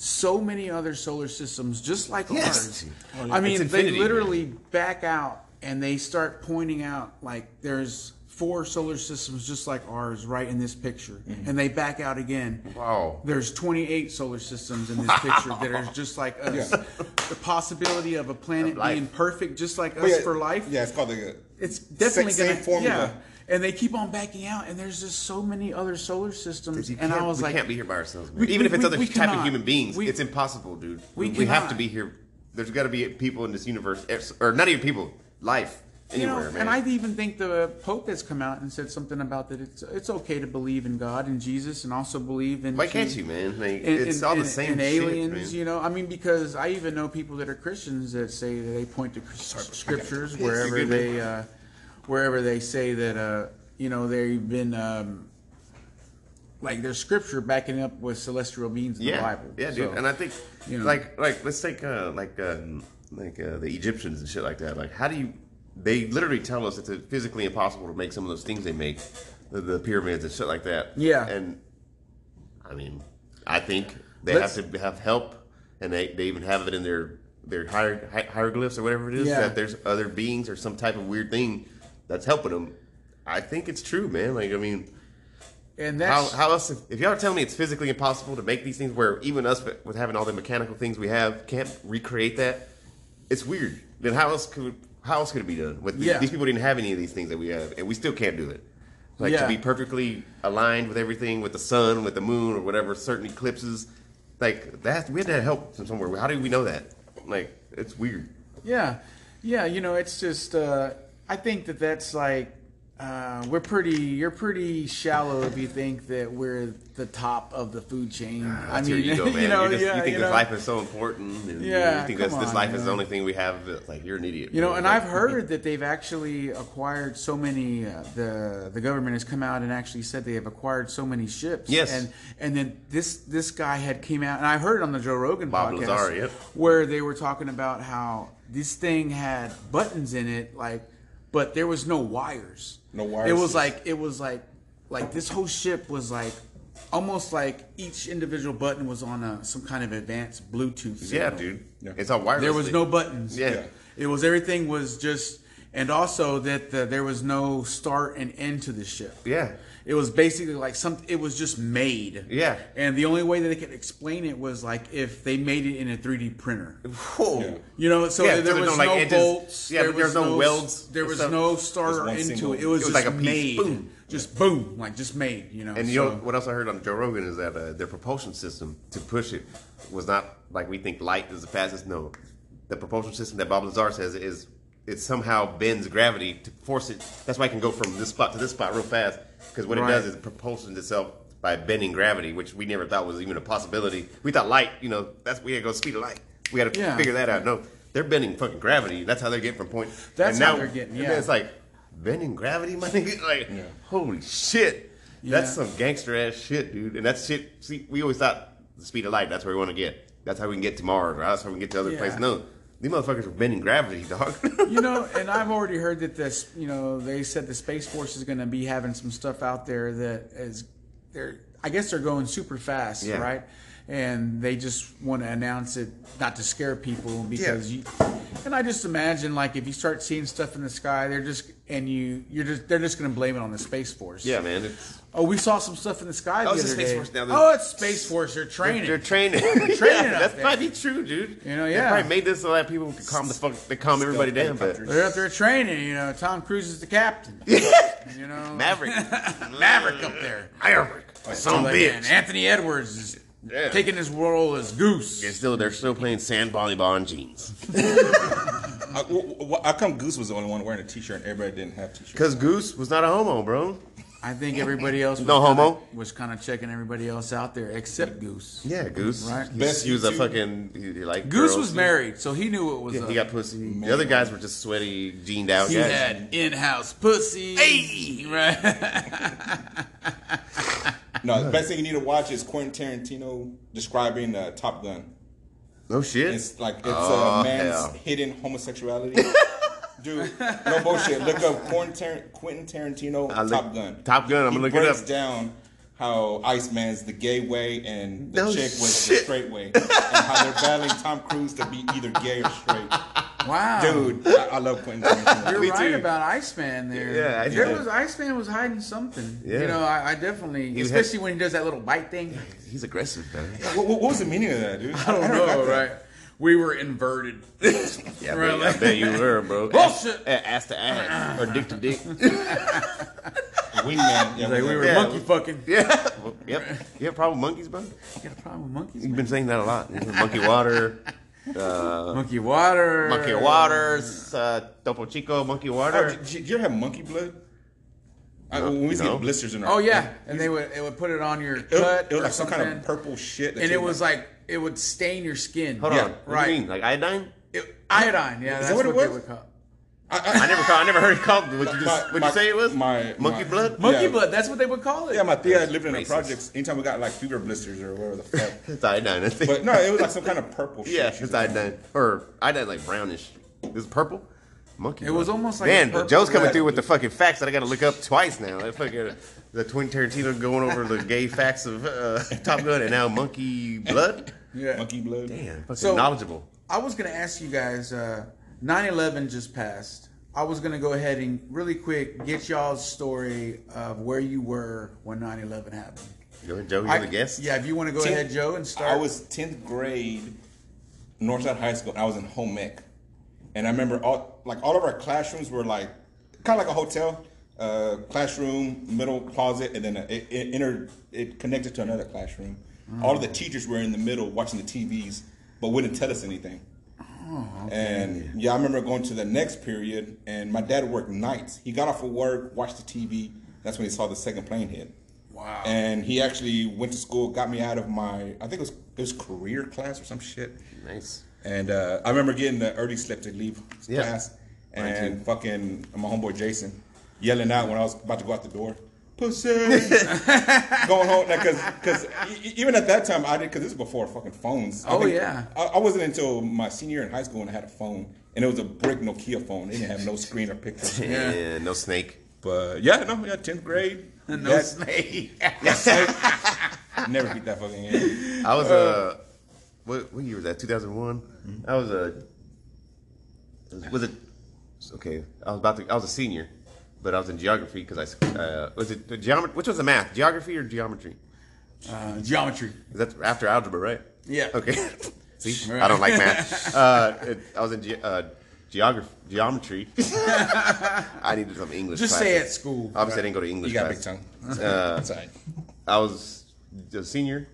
Speaker 2: so many other solar systems just like
Speaker 1: Yes.
Speaker 2: ours.
Speaker 1: Oh, yeah.
Speaker 2: I mean,
Speaker 1: It's
Speaker 2: they
Speaker 1: infinity,
Speaker 2: literally back out and they start pointing out like there's four solar systems just like ours right in this picture, and they back out again.
Speaker 1: Mm-hmm. Wow.
Speaker 2: There's 28 solar systems in this picture that are just like us.
Speaker 3: Yeah.
Speaker 2: The possibility of a planet
Speaker 1: life.
Speaker 2: being perfect, just like us
Speaker 3: But yeah,
Speaker 2: for life.
Speaker 3: Yeah, it's called the.
Speaker 2: It's definitely
Speaker 3: same
Speaker 2: going to
Speaker 3: formula.
Speaker 2: yeah. And they keep on backing out, and there's just so many other solar systems.
Speaker 1: You
Speaker 2: And I
Speaker 1: can't-
Speaker 2: was
Speaker 1: we
Speaker 2: like,
Speaker 1: can't be here by ourselves, man.
Speaker 2: We-
Speaker 1: Even if it's
Speaker 2: we-
Speaker 1: other
Speaker 2: we
Speaker 1: type
Speaker 2: cannot.
Speaker 1: of human beings,
Speaker 2: We-
Speaker 1: it's impossible, dude.
Speaker 2: We
Speaker 1: We, we have
Speaker 2: cannot.
Speaker 1: to be here. There's got to be people in this universe, eh, or not even people, life
Speaker 2: you know,
Speaker 1: anywhere, man.
Speaker 2: and I even think the Pope has come out and said something about that. It's it's okay to believe in God and Jesus, and also believe in
Speaker 1: Why can't you, man? Like,
Speaker 2: and-
Speaker 1: it's
Speaker 2: and-
Speaker 1: all the
Speaker 2: and-
Speaker 1: same
Speaker 2: and
Speaker 1: shit,
Speaker 2: aliens,
Speaker 1: man.
Speaker 2: you know. I mean, because I even know people that are Christians that say that they point to cr- scriptures wherever
Speaker 1: You're good,
Speaker 2: they uh, wherever they say that uh, you know they've been um, like their scripture backing up with celestial beings in
Speaker 1: yeah,
Speaker 2: the Bible.
Speaker 1: yeah, dude.
Speaker 2: So-
Speaker 1: and I think,
Speaker 2: you know.
Speaker 1: like, like let's take uh, like uh, like uh, the Egyptians and shit like that. Like, how do you? They literally tell us it's uh, physically impossible to make some of those things they make, the, the pyramids and shit like that.
Speaker 2: Yeah.
Speaker 1: and I mean, I think they
Speaker 2: Let's-
Speaker 1: have to have help, and they, they even have it in their their hier- hi- hieroglyphs or whatever it is
Speaker 2: Yeah.
Speaker 1: that there's other beings or some type of weird thing that's helping them. I think it's true, man. Like, I mean.
Speaker 2: and
Speaker 1: How,
Speaker 2: that's
Speaker 1: how else? If, if y'all are telling me it's physically impossible to make these things, where even us with with having all the mechanical things we have can't recreate that, it's weird. Then how else could how else could it be done? With the-
Speaker 2: Yeah.
Speaker 1: these people didn't have any of these things that we have, and we still can't do it. Like
Speaker 2: Yeah.
Speaker 1: to be perfectly aligned with everything, with the sun, with the moon, or whatever certain eclipses, like that we had to help from somewhere. How do we know that? Like it's weird.
Speaker 2: Yeah, yeah. You know, it's just uh, I think that that's like uh, we're pretty. You're pretty shallow if you think that we're the top of the food chain. I
Speaker 1: Ah, That's
Speaker 2: mean,
Speaker 1: your ego, man. You, just, you think this
Speaker 2: know.
Speaker 1: life is so important, and
Speaker 2: Yeah,
Speaker 1: you think
Speaker 2: come
Speaker 1: that's, this
Speaker 2: on,
Speaker 1: life
Speaker 2: man.
Speaker 1: is the only thing we have. Like you're an idiot.
Speaker 2: You know,
Speaker 1: bro.
Speaker 2: and
Speaker 1: Like-
Speaker 2: I've heard that they've actually acquired so many. Uh, the the government has come out and actually said they have acquired so many ships.
Speaker 1: Yes.
Speaker 2: and and then this this guy had came out, and I heard it on the Joe Rogan
Speaker 1: Bob
Speaker 2: podcast
Speaker 1: Lazar, yep.
Speaker 2: where they were talking about how this thing had buttons in it, like, but there was no wires.
Speaker 3: No wires.
Speaker 2: It was like it was like like this whole ship was like. Almost like each individual button was on a, some kind of advanced Bluetooth.
Speaker 1: Yeah,
Speaker 2: signal.
Speaker 1: dude.
Speaker 3: Yeah.
Speaker 1: It's all wireless.
Speaker 2: There was no buttons.
Speaker 1: Yeah.
Speaker 3: Yeah.
Speaker 2: It was everything was just, and also that the, there was no start and end to the ship.
Speaker 1: Yeah.
Speaker 2: It was basically like some. It was just made.
Speaker 1: Yeah.
Speaker 2: And the only way that they could explain it was like if they made it in a 3D printer.
Speaker 1: Whoa.
Speaker 3: Yeah.
Speaker 2: You know, so
Speaker 1: Yeah,
Speaker 2: there,
Speaker 1: so there's
Speaker 2: was no,
Speaker 1: no, like, edges.
Speaker 2: bolts.
Speaker 1: Yeah, but there's no welds
Speaker 2: There
Speaker 1: or
Speaker 2: was
Speaker 1: something.
Speaker 2: no starter
Speaker 3: Just one
Speaker 2: into
Speaker 3: single-
Speaker 2: it. It was,
Speaker 1: It was
Speaker 2: just
Speaker 1: like a piece.
Speaker 2: made.
Speaker 1: Boom.
Speaker 2: Just boom, like just made. You know.
Speaker 1: And you
Speaker 2: so-
Speaker 1: know what else I heard on Joe Rogan is that uh, their propulsion system to push it was not like we think light is the fastest. No, the propulsion system that Bob Lazar says is it somehow bends gravity to force it. That's why it can go from this spot to this spot real fast because what
Speaker 2: Right.
Speaker 1: it does is it propulsions itself by bending gravity, which we never thought was even a possibility. We thought light, you know, that's we had to go speed of light. We had to
Speaker 2: Yeah.
Speaker 1: figure that out. No, they're bending fucking gravity. That's how they're getting from point.
Speaker 2: That's
Speaker 1: and
Speaker 2: how they're getting,
Speaker 1: and
Speaker 2: yeah.
Speaker 1: it's like bending gravity, my nigga. Like,
Speaker 3: Yeah.
Speaker 1: holy shit.
Speaker 2: Yeah.
Speaker 1: That's some gangster ass shit, dude. And that's shit. See, we always thought the speed of light. That's where we want to get. That's how we can get to Mars. Right? That's how we can get to other
Speaker 2: Yeah.
Speaker 1: places. No, these motherfuckers are bending gravity, dog.
Speaker 2: you know, and I've already heard that this, you know, they said the Space Force is going to be having some stuff out there that is, they're, I guess they're going super fast,
Speaker 1: Yeah.
Speaker 2: right? And they just want to announce it, not to scare people, because you. And I just imagine, like, if you start seeing stuff in the sky, they're just and you, you're just, they're just going to blame it on the Space Force.
Speaker 1: yeah, man. It's,
Speaker 2: Oh, we saw some stuff in the sky the
Speaker 1: Oh, it's
Speaker 2: other
Speaker 1: the Space
Speaker 2: day.
Speaker 1: Force now, they're-
Speaker 2: oh, it's Space Force. They're training.
Speaker 1: they're training.
Speaker 2: training out
Speaker 1: That's
Speaker 2: there.
Speaker 1: probably true, dude.
Speaker 2: You know,
Speaker 1: They
Speaker 2: yeah.
Speaker 1: probably made this so that people could calm the fuck. They calm everybody down, but
Speaker 2: They're out there training. You know, Tom Cruise is the captain. you know,
Speaker 1: Maverick,
Speaker 2: Maverick up there. Oh,
Speaker 1: Maverick, some
Speaker 2: Like,
Speaker 1: bitch.
Speaker 2: And Anthony Edwards is
Speaker 1: Yeah.
Speaker 2: taking his role as Goose.
Speaker 1: And still, they're still playing sand volleyball in jeans.
Speaker 3: I I, wh- wh- how come Goose was the only one wearing a T-shirt? and Everybody didn't have T-shirts.
Speaker 1: Because Goose was not a homo, bro.
Speaker 2: I think everybody else was
Speaker 1: No
Speaker 2: kinda,
Speaker 1: homo.
Speaker 2: was kind of checking everybody else out there except Goose.
Speaker 1: Yeah, Goose.
Speaker 2: Right.
Speaker 1: He-
Speaker 3: Best
Speaker 1: he was a
Speaker 3: YouTube.
Speaker 1: fucking he- he like.
Speaker 2: Goose
Speaker 1: girls.
Speaker 2: was married, so he knew it was.
Speaker 1: Yeah,
Speaker 2: up.
Speaker 1: he got pussy. The other guys were just sweaty, jeaned out
Speaker 2: He
Speaker 1: guys.
Speaker 2: had in-house pussy. Hey, right.
Speaker 3: No, the best thing you need to watch is Quentin Tarantino describing uh, Top Gun.
Speaker 1: no shit.
Speaker 3: It's like it's
Speaker 1: Oh,
Speaker 3: a man's
Speaker 1: hell.
Speaker 3: hidden homosexuality. Dude, no bullshit. Look up Quentin, Tar- Quentin Tarantino
Speaker 1: I look-
Speaker 3: Top Gun.
Speaker 1: Top Gun, I'm
Speaker 3: he
Speaker 1: gonna look it
Speaker 3: breaks
Speaker 1: up.
Speaker 3: down how Iceman's the gay way and the
Speaker 1: No
Speaker 3: chick was
Speaker 1: shit.
Speaker 3: the straight way, and how they're battling Tom Cruise to be either gay or straight.
Speaker 2: Wow,
Speaker 3: Dude, I, I love Quentin Tarantino.
Speaker 2: You're
Speaker 1: Me
Speaker 2: right
Speaker 1: too.
Speaker 2: about Iceman there.
Speaker 1: Yeah, I
Speaker 2: there
Speaker 1: did.
Speaker 2: was Iceman was hiding something.
Speaker 1: Yeah.
Speaker 2: You know, I, I definitely,
Speaker 1: He had-
Speaker 2: especially when he does that little bite thing.
Speaker 1: He's aggressive, man.
Speaker 3: What, what was the meaning of that, dude?
Speaker 2: I don't
Speaker 3: got
Speaker 2: know,
Speaker 3: that.
Speaker 2: right? We were inverted.
Speaker 1: Yeah, I
Speaker 2: Right,
Speaker 1: bet- I
Speaker 2: like-
Speaker 1: bet you were, bro.
Speaker 2: Bullshit.
Speaker 1: Ass, ass to ass or dick to dick.
Speaker 3: Wingman. Yeah,
Speaker 2: Like we were
Speaker 1: Yeah.
Speaker 2: monkey fucking.
Speaker 1: yeah. Well, Oh, yep. You have a problem with monkeys, bro?
Speaker 2: You got a problem with monkeys?
Speaker 1: You've
Speaker 2: man?
Speaker 1: been saying that a lot. Monkey water,
Speaker 2: Monkey water.
Speaker 1: Uh, monkey waters, uh, Topo Chico, monkey
Speaker 3: Oh,
Speaker 1: water.
Speaker 3: did, did you ever have monkey blood? I, when we used to
Speaker 1: No.
Speaker 3: get blisters in our.
Speaker 2: Oh yeah, and they would it would put it on your
Speaker 3: It was,
Speaker 2: cut
Speaker 3: it was
Speaker 2: or
Speaker 3: like some
Speaker 2: something.
Speaker 3: kind of purple shit. that
Speaker 2: and
Speaker 3: you-
Speaker 2: it was like it would stain your skin.
Speaker 1: Hold
Speaker 3: Yeah,
Speaker 1: on. What do
Speaker 2: right.
Speaker 1: you mean? Like iodine?
Speaker 2: It- iodine. Yeah, that's
Speaker 3: Is that
Speaker 2: what,
Speaker 3: what it
Speaker 2: they
Speaker 3: was?
Speaker 2: would call.
Speaker 1: I never called. I never heard it called. What you
Speaker 3: My-
Speaker 1: just? What
Speaker 3: my-
Speaker 1: you say it was?
Speaker 3: my-
Speaker 1: monkey
Speaker 3: my-
Speaker 1: blood.
Speaker 2: Monkey
Speaker 3: Yeah.
Speaker 2: blood. That's what they would call it.
Speaker 3: Yeah, my thea lived in the
Speaker 1: Racist.
Speaker 3: projects. Anytime we got like fever blisters or whatever the fuck.
Speaker 1: It's iodine. I think.
Speaker 3: But no, it was like some kind of purple. shit.
Speaker 1: yeah,
Speaker 3: she
Speaker 1: it's
Speaker 3: was
Speaker 1: iodine or iodine like brownish. It was purple. Monkey.
Speaker 2: It was
Speaker 1: blood.
Speaker 2: almost like a
Speaker 1: man.
Speaker 2: purple
Speaker 1: But Joe's coming
Speaker 2: red.
Speaker 1: through with the fucking facts that I got to look up twice now. That fucking the twin Tarantino going over the gay facts of uh, Top Gun and now monkey blood.
Speaker 2: Yeah.
Speaker 3: Monkey blood.
Speaker 1: Damn, fucking
Speaker 2: So-
Speaker 1: knowledgeable.
Speaker 2: I was gonna ask you guys. uh, 9/11 just passed. I was gonna go ahead and really quick get y'all's story of where you were when 9/11 happened.
Speaker 1: You're Joe. You're
Speaker 2: I-
Speaker 1: the guest.
Speaker 2: Yeah, if you want to go
Speaker 3: Ten-
Speaker 2: ahead, Joe, and start.
Speaker 3: I was tenth grade, Northside High School. and I was in home ec, and I remember all like all of our classrooms were like kind of like a hotel. Uh, classroom, middle closet, and then it, it entered. It connected to another classroom. All of the teachers were in the middle watching the TVs, but wouldn't tell us anything. And yeah, I remember going to the next period, and my dad worked nights. He got off of work, watched the TV. That's when he saw the second plane hit.
Speaker 2: Wow.
Speaker 3: And he actually went to school, got me out of my, I think it was it was career class or some shit.
Speaker 1: Nice.
Speaker 3: And uh, I remember getting the early slip to leave
Speaker 1: Yeah.
Speaker 3: class,
Speaker 1: Mine
Speaker 3: and
Speaker 1: too.
Speaker 3: fucking my homeboy Jason yelling out when I was about to go out the door. Pussy, going home because because e, even at that time I did because this is before fucking phones. I
Speaker 2: Oh,
Speaker 3: think-
Speaker 2: yeah.
Speaker 3: I, I wasn't until my senior year in high school when I had a phone, and it was a brick Nokia phone. It didn't have no screen or pictures.
Speaker 1: Yeah.
Speaker 2: Yeah.
Speaker 1: no snake.
Speaker 3: But yeah, no, yeah, tenth grade.
Speaker 2: no
Speaker 3: that-
Speaker 2: snake.
Speaker 3: Never beat that fucking game.
Speaker 1: I was uh, what what year was that? Two thousand one. I was a was it okay? I was about to. I was a senior, but I was in geography because I uh, was it the geometry. Which was the math? Geography or geometry?
Speaker 2: uh, geometry.
Speaker 1: That's after algebra, right?
Speaker 2: Yeah.
Speaker 1: Okay. See, I don't like math. Uh, it, I was in ge- uh, geography, geometry. I needed some English.
Speaker 2: Just
Speaker 1: classes.
Speaker 2: say at school.
Speaker 1: Obviously, I didn't go to English.
Speaker 3: You got
Speaker 1: class.
Speaker 3: big tongue.
Speaker 2: Uh,
Speaker 3: That's all right.
Speaker 1: I was a senior.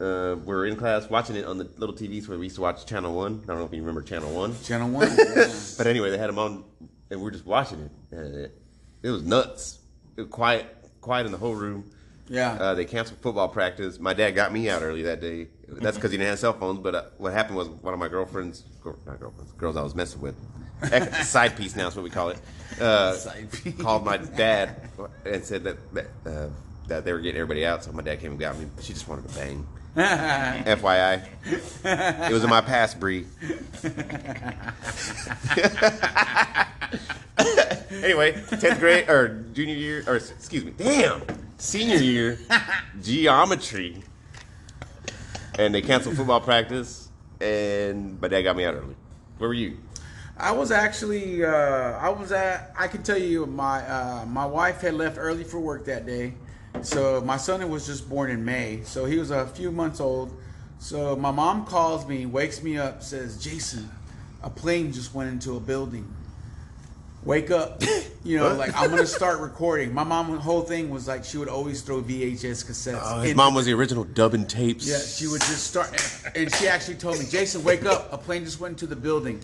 Speaker 1: Uh, we were in class watching it on the little TVs where we used to watch Channel One. I don't know if you remember Channel One,
Speaker 2: Channel one. yeah.
Speaker 1: but anyway, they had them on, and we were just watching it. And it, it was nuts. It was quiet, quiet in the whole room.
Speaker 2: Yeah.
Speaker 1: Uh, they canceled football practice. My dad got me out early that day. That's because he didn't have cell phones. But uh, what happened was one of my girlfriends, girl, not girlfriends, girls I was messing with, ex- side piece now is what we call it, uh,
Speaker 2: Side piece.
Speaker 1: called my dad and said that that, uh, that they were getting everybody out. So my dad came and got me. She just wanted to bang. FYI, it was in my past, Bree. anyway, tenth grade or junior year or excuse me, damn, senior year, geometry, and they canceled football practice, and my dad got me out early. Where were you?
Speaker 2: I was actually uh, I was at I can tell you my uh, my wife had left early for work that day, so my son was just born in May, so he was a few months old. So my mom calls me, wakes me up, says, "Jason, a plane just went into a building. Wake up, you know, like I'm gonna start recording." My mom whole thing was like she would always throw VHS cassettes. into
Speaker 1: Oh, was the original dubbing tapes.
Speaker 2: yeah, she would just start, and she actually told me, "Jason, wake up! A plane just went into the building."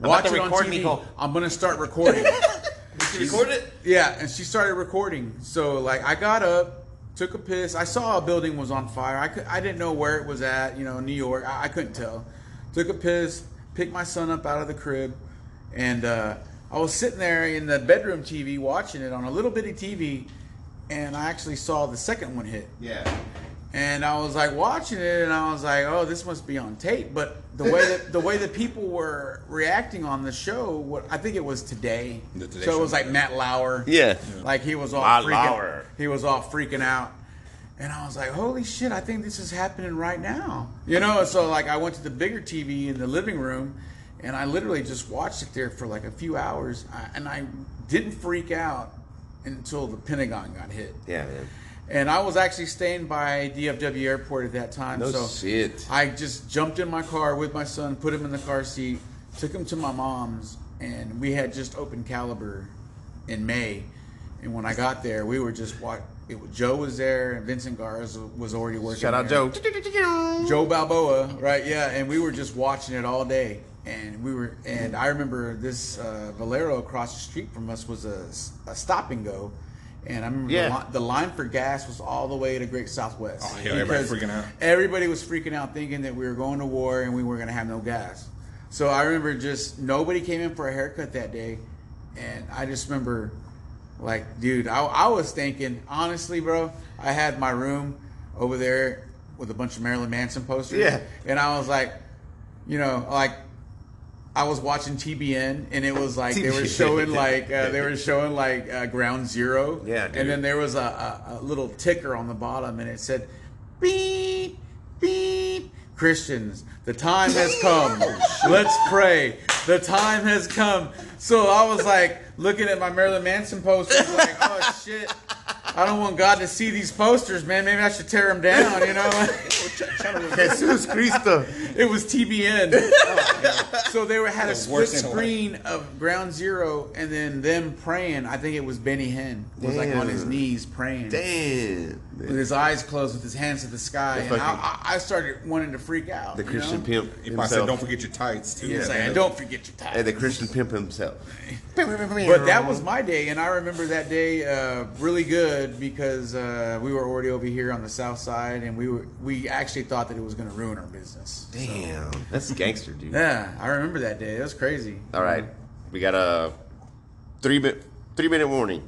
Speaker 2: Watch
Speaker 4: to
Speaker 2: it on
Speaker 4: record
Speaker 2: TV.
Speaker 4: me go-
Speaker 2: I'm gonna start recording.
Speaker 4: You record it?
Speaker 2: yeah, and she started recording. So like, I got up, took a piss. I saw a building was on fire. I could, I didn't know where it was at. You know, New York. I, I couldn't tell. Took a piss, picked my son up out of the crib, and uh, I was sitting there in the bedroom TV watching it on a little bitty TV, and I actually saw the second one hit.
Speaker 1: Yeah.
Speaker 2: and I was like watching it, and I was like, "Oh, this must be on tape." But the way that the way that people were reacting on the show, what I think it was today,
Speaker 3: The Today
Speaker 2: so it was
Speaker 3: Show.
Speaker 2: like Matt Lauer,
Speaker 4: Yeah.
Speaker 2: like he was all
Speaker 1: Matt
Speaker 2: freaking,
Speaker 1: Lauer.
Speaker 2: he was all freaking out, and I was like, "Holy shit! I think this is happening right now," you know. And so like I went to the bigger TV in the living room, and I literally just watched it there for like a few hours, I, and I didn't freak out until the Pentagon got hit.
Speaker 1: Yeah, man.
Speaker 2: And I was actually staying by DFW Airport at that time.
Speaker 4: No
Speaker 2: so
Speaker 4: shit.
Speaker 2: I just jumped in my car with my son, put him in the car seat, took him to my mom's, and we had just opened Caliber in May. And when I got there, we were just what it was, Joe was there, and Vincent Garza was already working.
Speaker 1: Shout out
Speaker 2: there.
Speaker 1: Joe.
Speaker 2: Joe Balboa, right? Yeah, and we were just watching it all day, and we were, and I remember this uh, Valero across the street from us was a, a stop and go, and I remember
Speaker 1: Yeah.
Speaker 2: the, li- the line for gas was all the way to Great Southwest.
Speaker 3: Oh, yeah, everybody
Speaker 2: Because
Speaker 3: freaking out.
Speaker 2: Everybody was freaking out, thinking that we were going to war and we were going to have no gas. So I remember just nobody came in for a haircut that day, and I just remember, like, dude, I, I was thinking honestly, bro, I had my room over there with a bunch of Marilyn Manson posters,
Speaker 1: Yeah.
Speaker 2: and I was like, you know, like. I was watching TBN and it was like they were
Speaker 1: TBN.
Speaker 2: showing like uh, they were showing like uh, Ground Zero,
Speaker 1: Yeah,
Speaker 2: and
Speaker 1: dude.
Speaker 2: then there was a, a, a little ticker on the bottom, and it said, "Beep, beep." Christians, the time has come.
Speaker 1: Oh,
Speaker 2: Let's pray. The time has come. So I was like looking at my Marilyn Manson posters, like, "Oh shit." I don't want God to see these posters, man. Maybe I should tear them down, you know?
Speaker 1: Jesus Cristo.
Speaker 2: It was TBN.
Speaker 1: Oh,
Speaker 2: so they were had a
Speaker 3: The
Speaker 2: split
Speaker 3: worst in Hawaii.
Speaker 2: screen of Ground Zero and then them praying. I think it was Benny Hinn was like on his
Speaker 1: Damn.
Speaker 2: knees praying
Speaker 1: Damn.
Speaker 2: with his eyes closed, with his hands to the sky.
Speaker 1: The
Speaker 2: and I,
Speaker 1: fucking-
Speaker 2: I I started wanting to freak out.
Speaker 1: The
Speaker 2: you
Speaker 1: Christian
Speaker 2: know?
Speaker 1: pimp
Speaker 3: If I said,
Speaker 1: himself.
Speaker 3: don't forget your tights, too.
Speaker 2: He was
Speaker 3: Yeah,
Speaker 2: like,
Speaker 3: man.
Speaker 2: "And don't forget your
Speaker 1: and
Speaker 2: time.
Speaker 1: the Christian pimp himself.
Speaker 2: But that was my day, and I remember that day uh, really good because uh, we were already over here on the south side, and we were we actually thought that it was going to ruin our business.
Speaker 1: Damn. That's gangster, dude.
Speaker 2: Yeah, I remember that day. It was crazy.
Speaker 1: All right. We got a three minute three minute warning.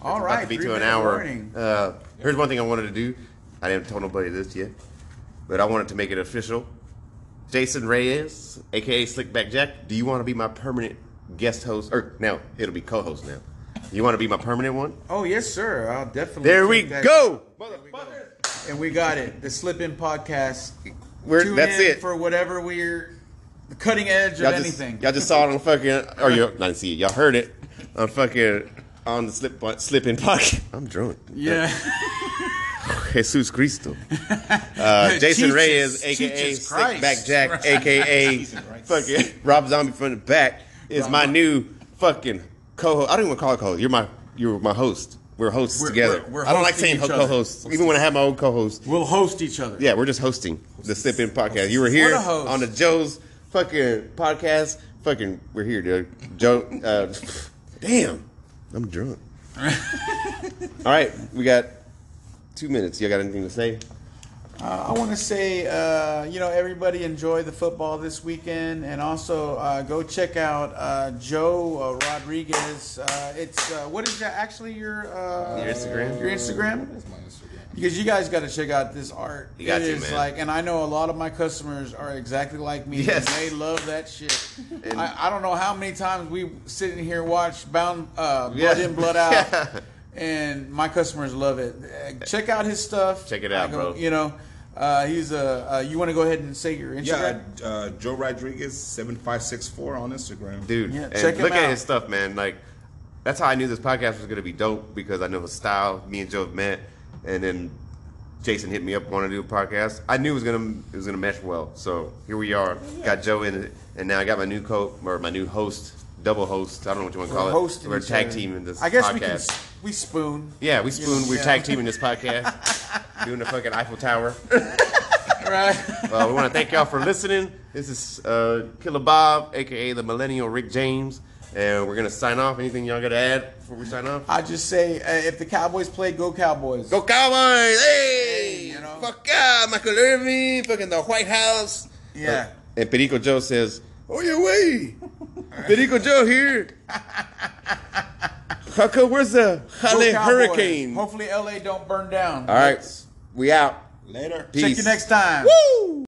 Speaker 2: All
Speaker 1: About
Speaker 2: right,
Speaker 1: to be
Speaker 2: three
Speaker 1: to an
Speaker 2: minute
Speaker 1: hour.
Speaker 2: warning.
Speaker 1: Uh, here's one thing I wanted to do. I didn't tell nobody this yet, but I wanted to make it official. Jason Reyes, aka Slickback Jack, do you want to be my permanent guest host? Or now it'll be co-host now. You want to be my permanent one?
Speaker 2: Oh yes, sir. I'll definitely.
Speaker 1: There
Speaker 2: take
Speaker 1: we
Speaker 2: that.
Speaker 1: go.
Speaker 2: And we got it. The Slip In Podcast.
Speaker 1: We're-
Speaker 2: Tune
Speaker 1: that's
Speaker 2: in
Speaker 1: it.
Speaker 2: for whatever we're the cutting edge of
Speaker 1: Y'all just,
Speaker 2: anything.
Speaker 1: y'all just saw it on fucking, or you not see it. Y'all heard it on fucking on the slip slipping pocket. I'm drunk.
Speaker 2: yeah.
Speaker 1: Jesus Cristo. Uh, Jason
Speaker 2: Jesus-
Speaker 1: Reyes, aka
Speaker 2: Jesus Christ.
Speaker 1: Stickback Jack, aka fucking Rob Zombie from the back, is my new fucking co-host. I don't even call it co-host. You're my you're my host. We're hosts
Speaker 2: We're-
Speaker 1: together.
Speaker 2: we're- we're
Speaker 1: I don't like
Speaker 2: hosting
Speaker 1: saying
Speaker 2: each other.
Speaker 1: co-host, even when I have my own co-host.
Speaker 2: we'll host each other.
Speaker 1: Yeah, we're just hosting the Slip In podcast. You were here
Speaker 2: What a host.
Speaker 1: on the Joe's fucking podcast. Fucking, we're here, dude. Joe, uh, damn, I'm drunk. All right, we got two minutes. You got anything to say?
Speaker 2: Uh, I want to say, uh, you know, everybody enjoy the football this weekend, and also uh, go check out uh, Joe uh, Rodriguez. Uh, it's uh, what is that actually your uh,
Speaker 1: Your Instagram?
Speaker 2: Your Instagram?
Speaker 3: That's my Instagram.
Speaker 2: Because you guys got to check out this art.
Speaker 1: You got
Speaker 2: It
Speaker 1: to,
Speaker 2: is
Speaker 1: man.
Speaker 2: like, and I know a lot of my customers are exactly like me.
Speaker 1: Yes.
Speaker 2: they love that shit.
Speaker 1: And-
Speaker 2: I, I don't know how many times we sit in here watch Bound uh, Blood
Speaker 1: Yeah.
Speaker 2: In Blood Out,
Speaker 1: Yeah.
Speaker 2: and my customers love it. Uh, Check out his stuff.
Speaker 1: Check it
Speaker 2: I
Speaker 1: out,
Speaker 2: go-
Speaker 1: bro.
Speaker 2: You know, uh, he's a. Uh, you want to go ahead and say your Instagram?
Speaker 3: Yeah, uh, Joe Rodriguez, 7564 on Instagram.
Speaker 1: dude.
Speaker 2: Yeah,
Speaker 1: and
Speaker 2: check him
Speaker 1: look at
Speaker 2: out.
Speaker 1: his stuff, man. Like that's how I knew this podcast was gonna be dope because I know his style. Me and Joe have met, and then Jason hit me up want to do a podcast. I knew it was gonna it was gonna mesh well. So here we are. Got Joe in it, and now I got my new co or my new host, double host. I don't know what you want to
Speaker 2: We're
Speaker 1: call it.
Speaker 2: hosting
Speaker 1: We're
Speaker 2: each
Speaker 1: tag
Speaker 2: other.
Speaker 1: teaming this.
Speaker 2: I guess
Speaker 1: podcast.
Speaker 2: we can. s- We spoon.
Speaker 1: Yeah, we spoon. We're
Speaker 2: Yeah.
Speaker 1: tag teaming this podcast, doing the fucking Eiffel Tower.
Speaker 2: Right.
Speaker 1: Uh, we want to thank y'all for listening. This is uh, Killer Bob, aka the Millennial Rick James, and we're gonna sign off. Anything y'all gotta add before we sign off?
Speaker 2: I just say uh, if the Cowboys play, go Cowboys.
Speaker 1: Go Cowboys! Hey,
Speaker 2: Hey, you know.
Speaker 1: fuck yeah, Michael Irvin, fucking the White House.
Speaker 2: Yeah.
Speaker 1: And Perico Joe says, "Oh yeah, way, Perico Joe here." Hucka, where's the
Speaker 2: Go
Speaker 1: Halle
Speaker 2: Cowboys.
Speaker 1: Hurricane? All
Speaker 2: Hopefully LA don't burn down.
Speaker 1: right, we out.
Speaker 3: Later.
Speaker 1: Peace.
Speaker 2: Check you next time.
Speaker 1: Woo!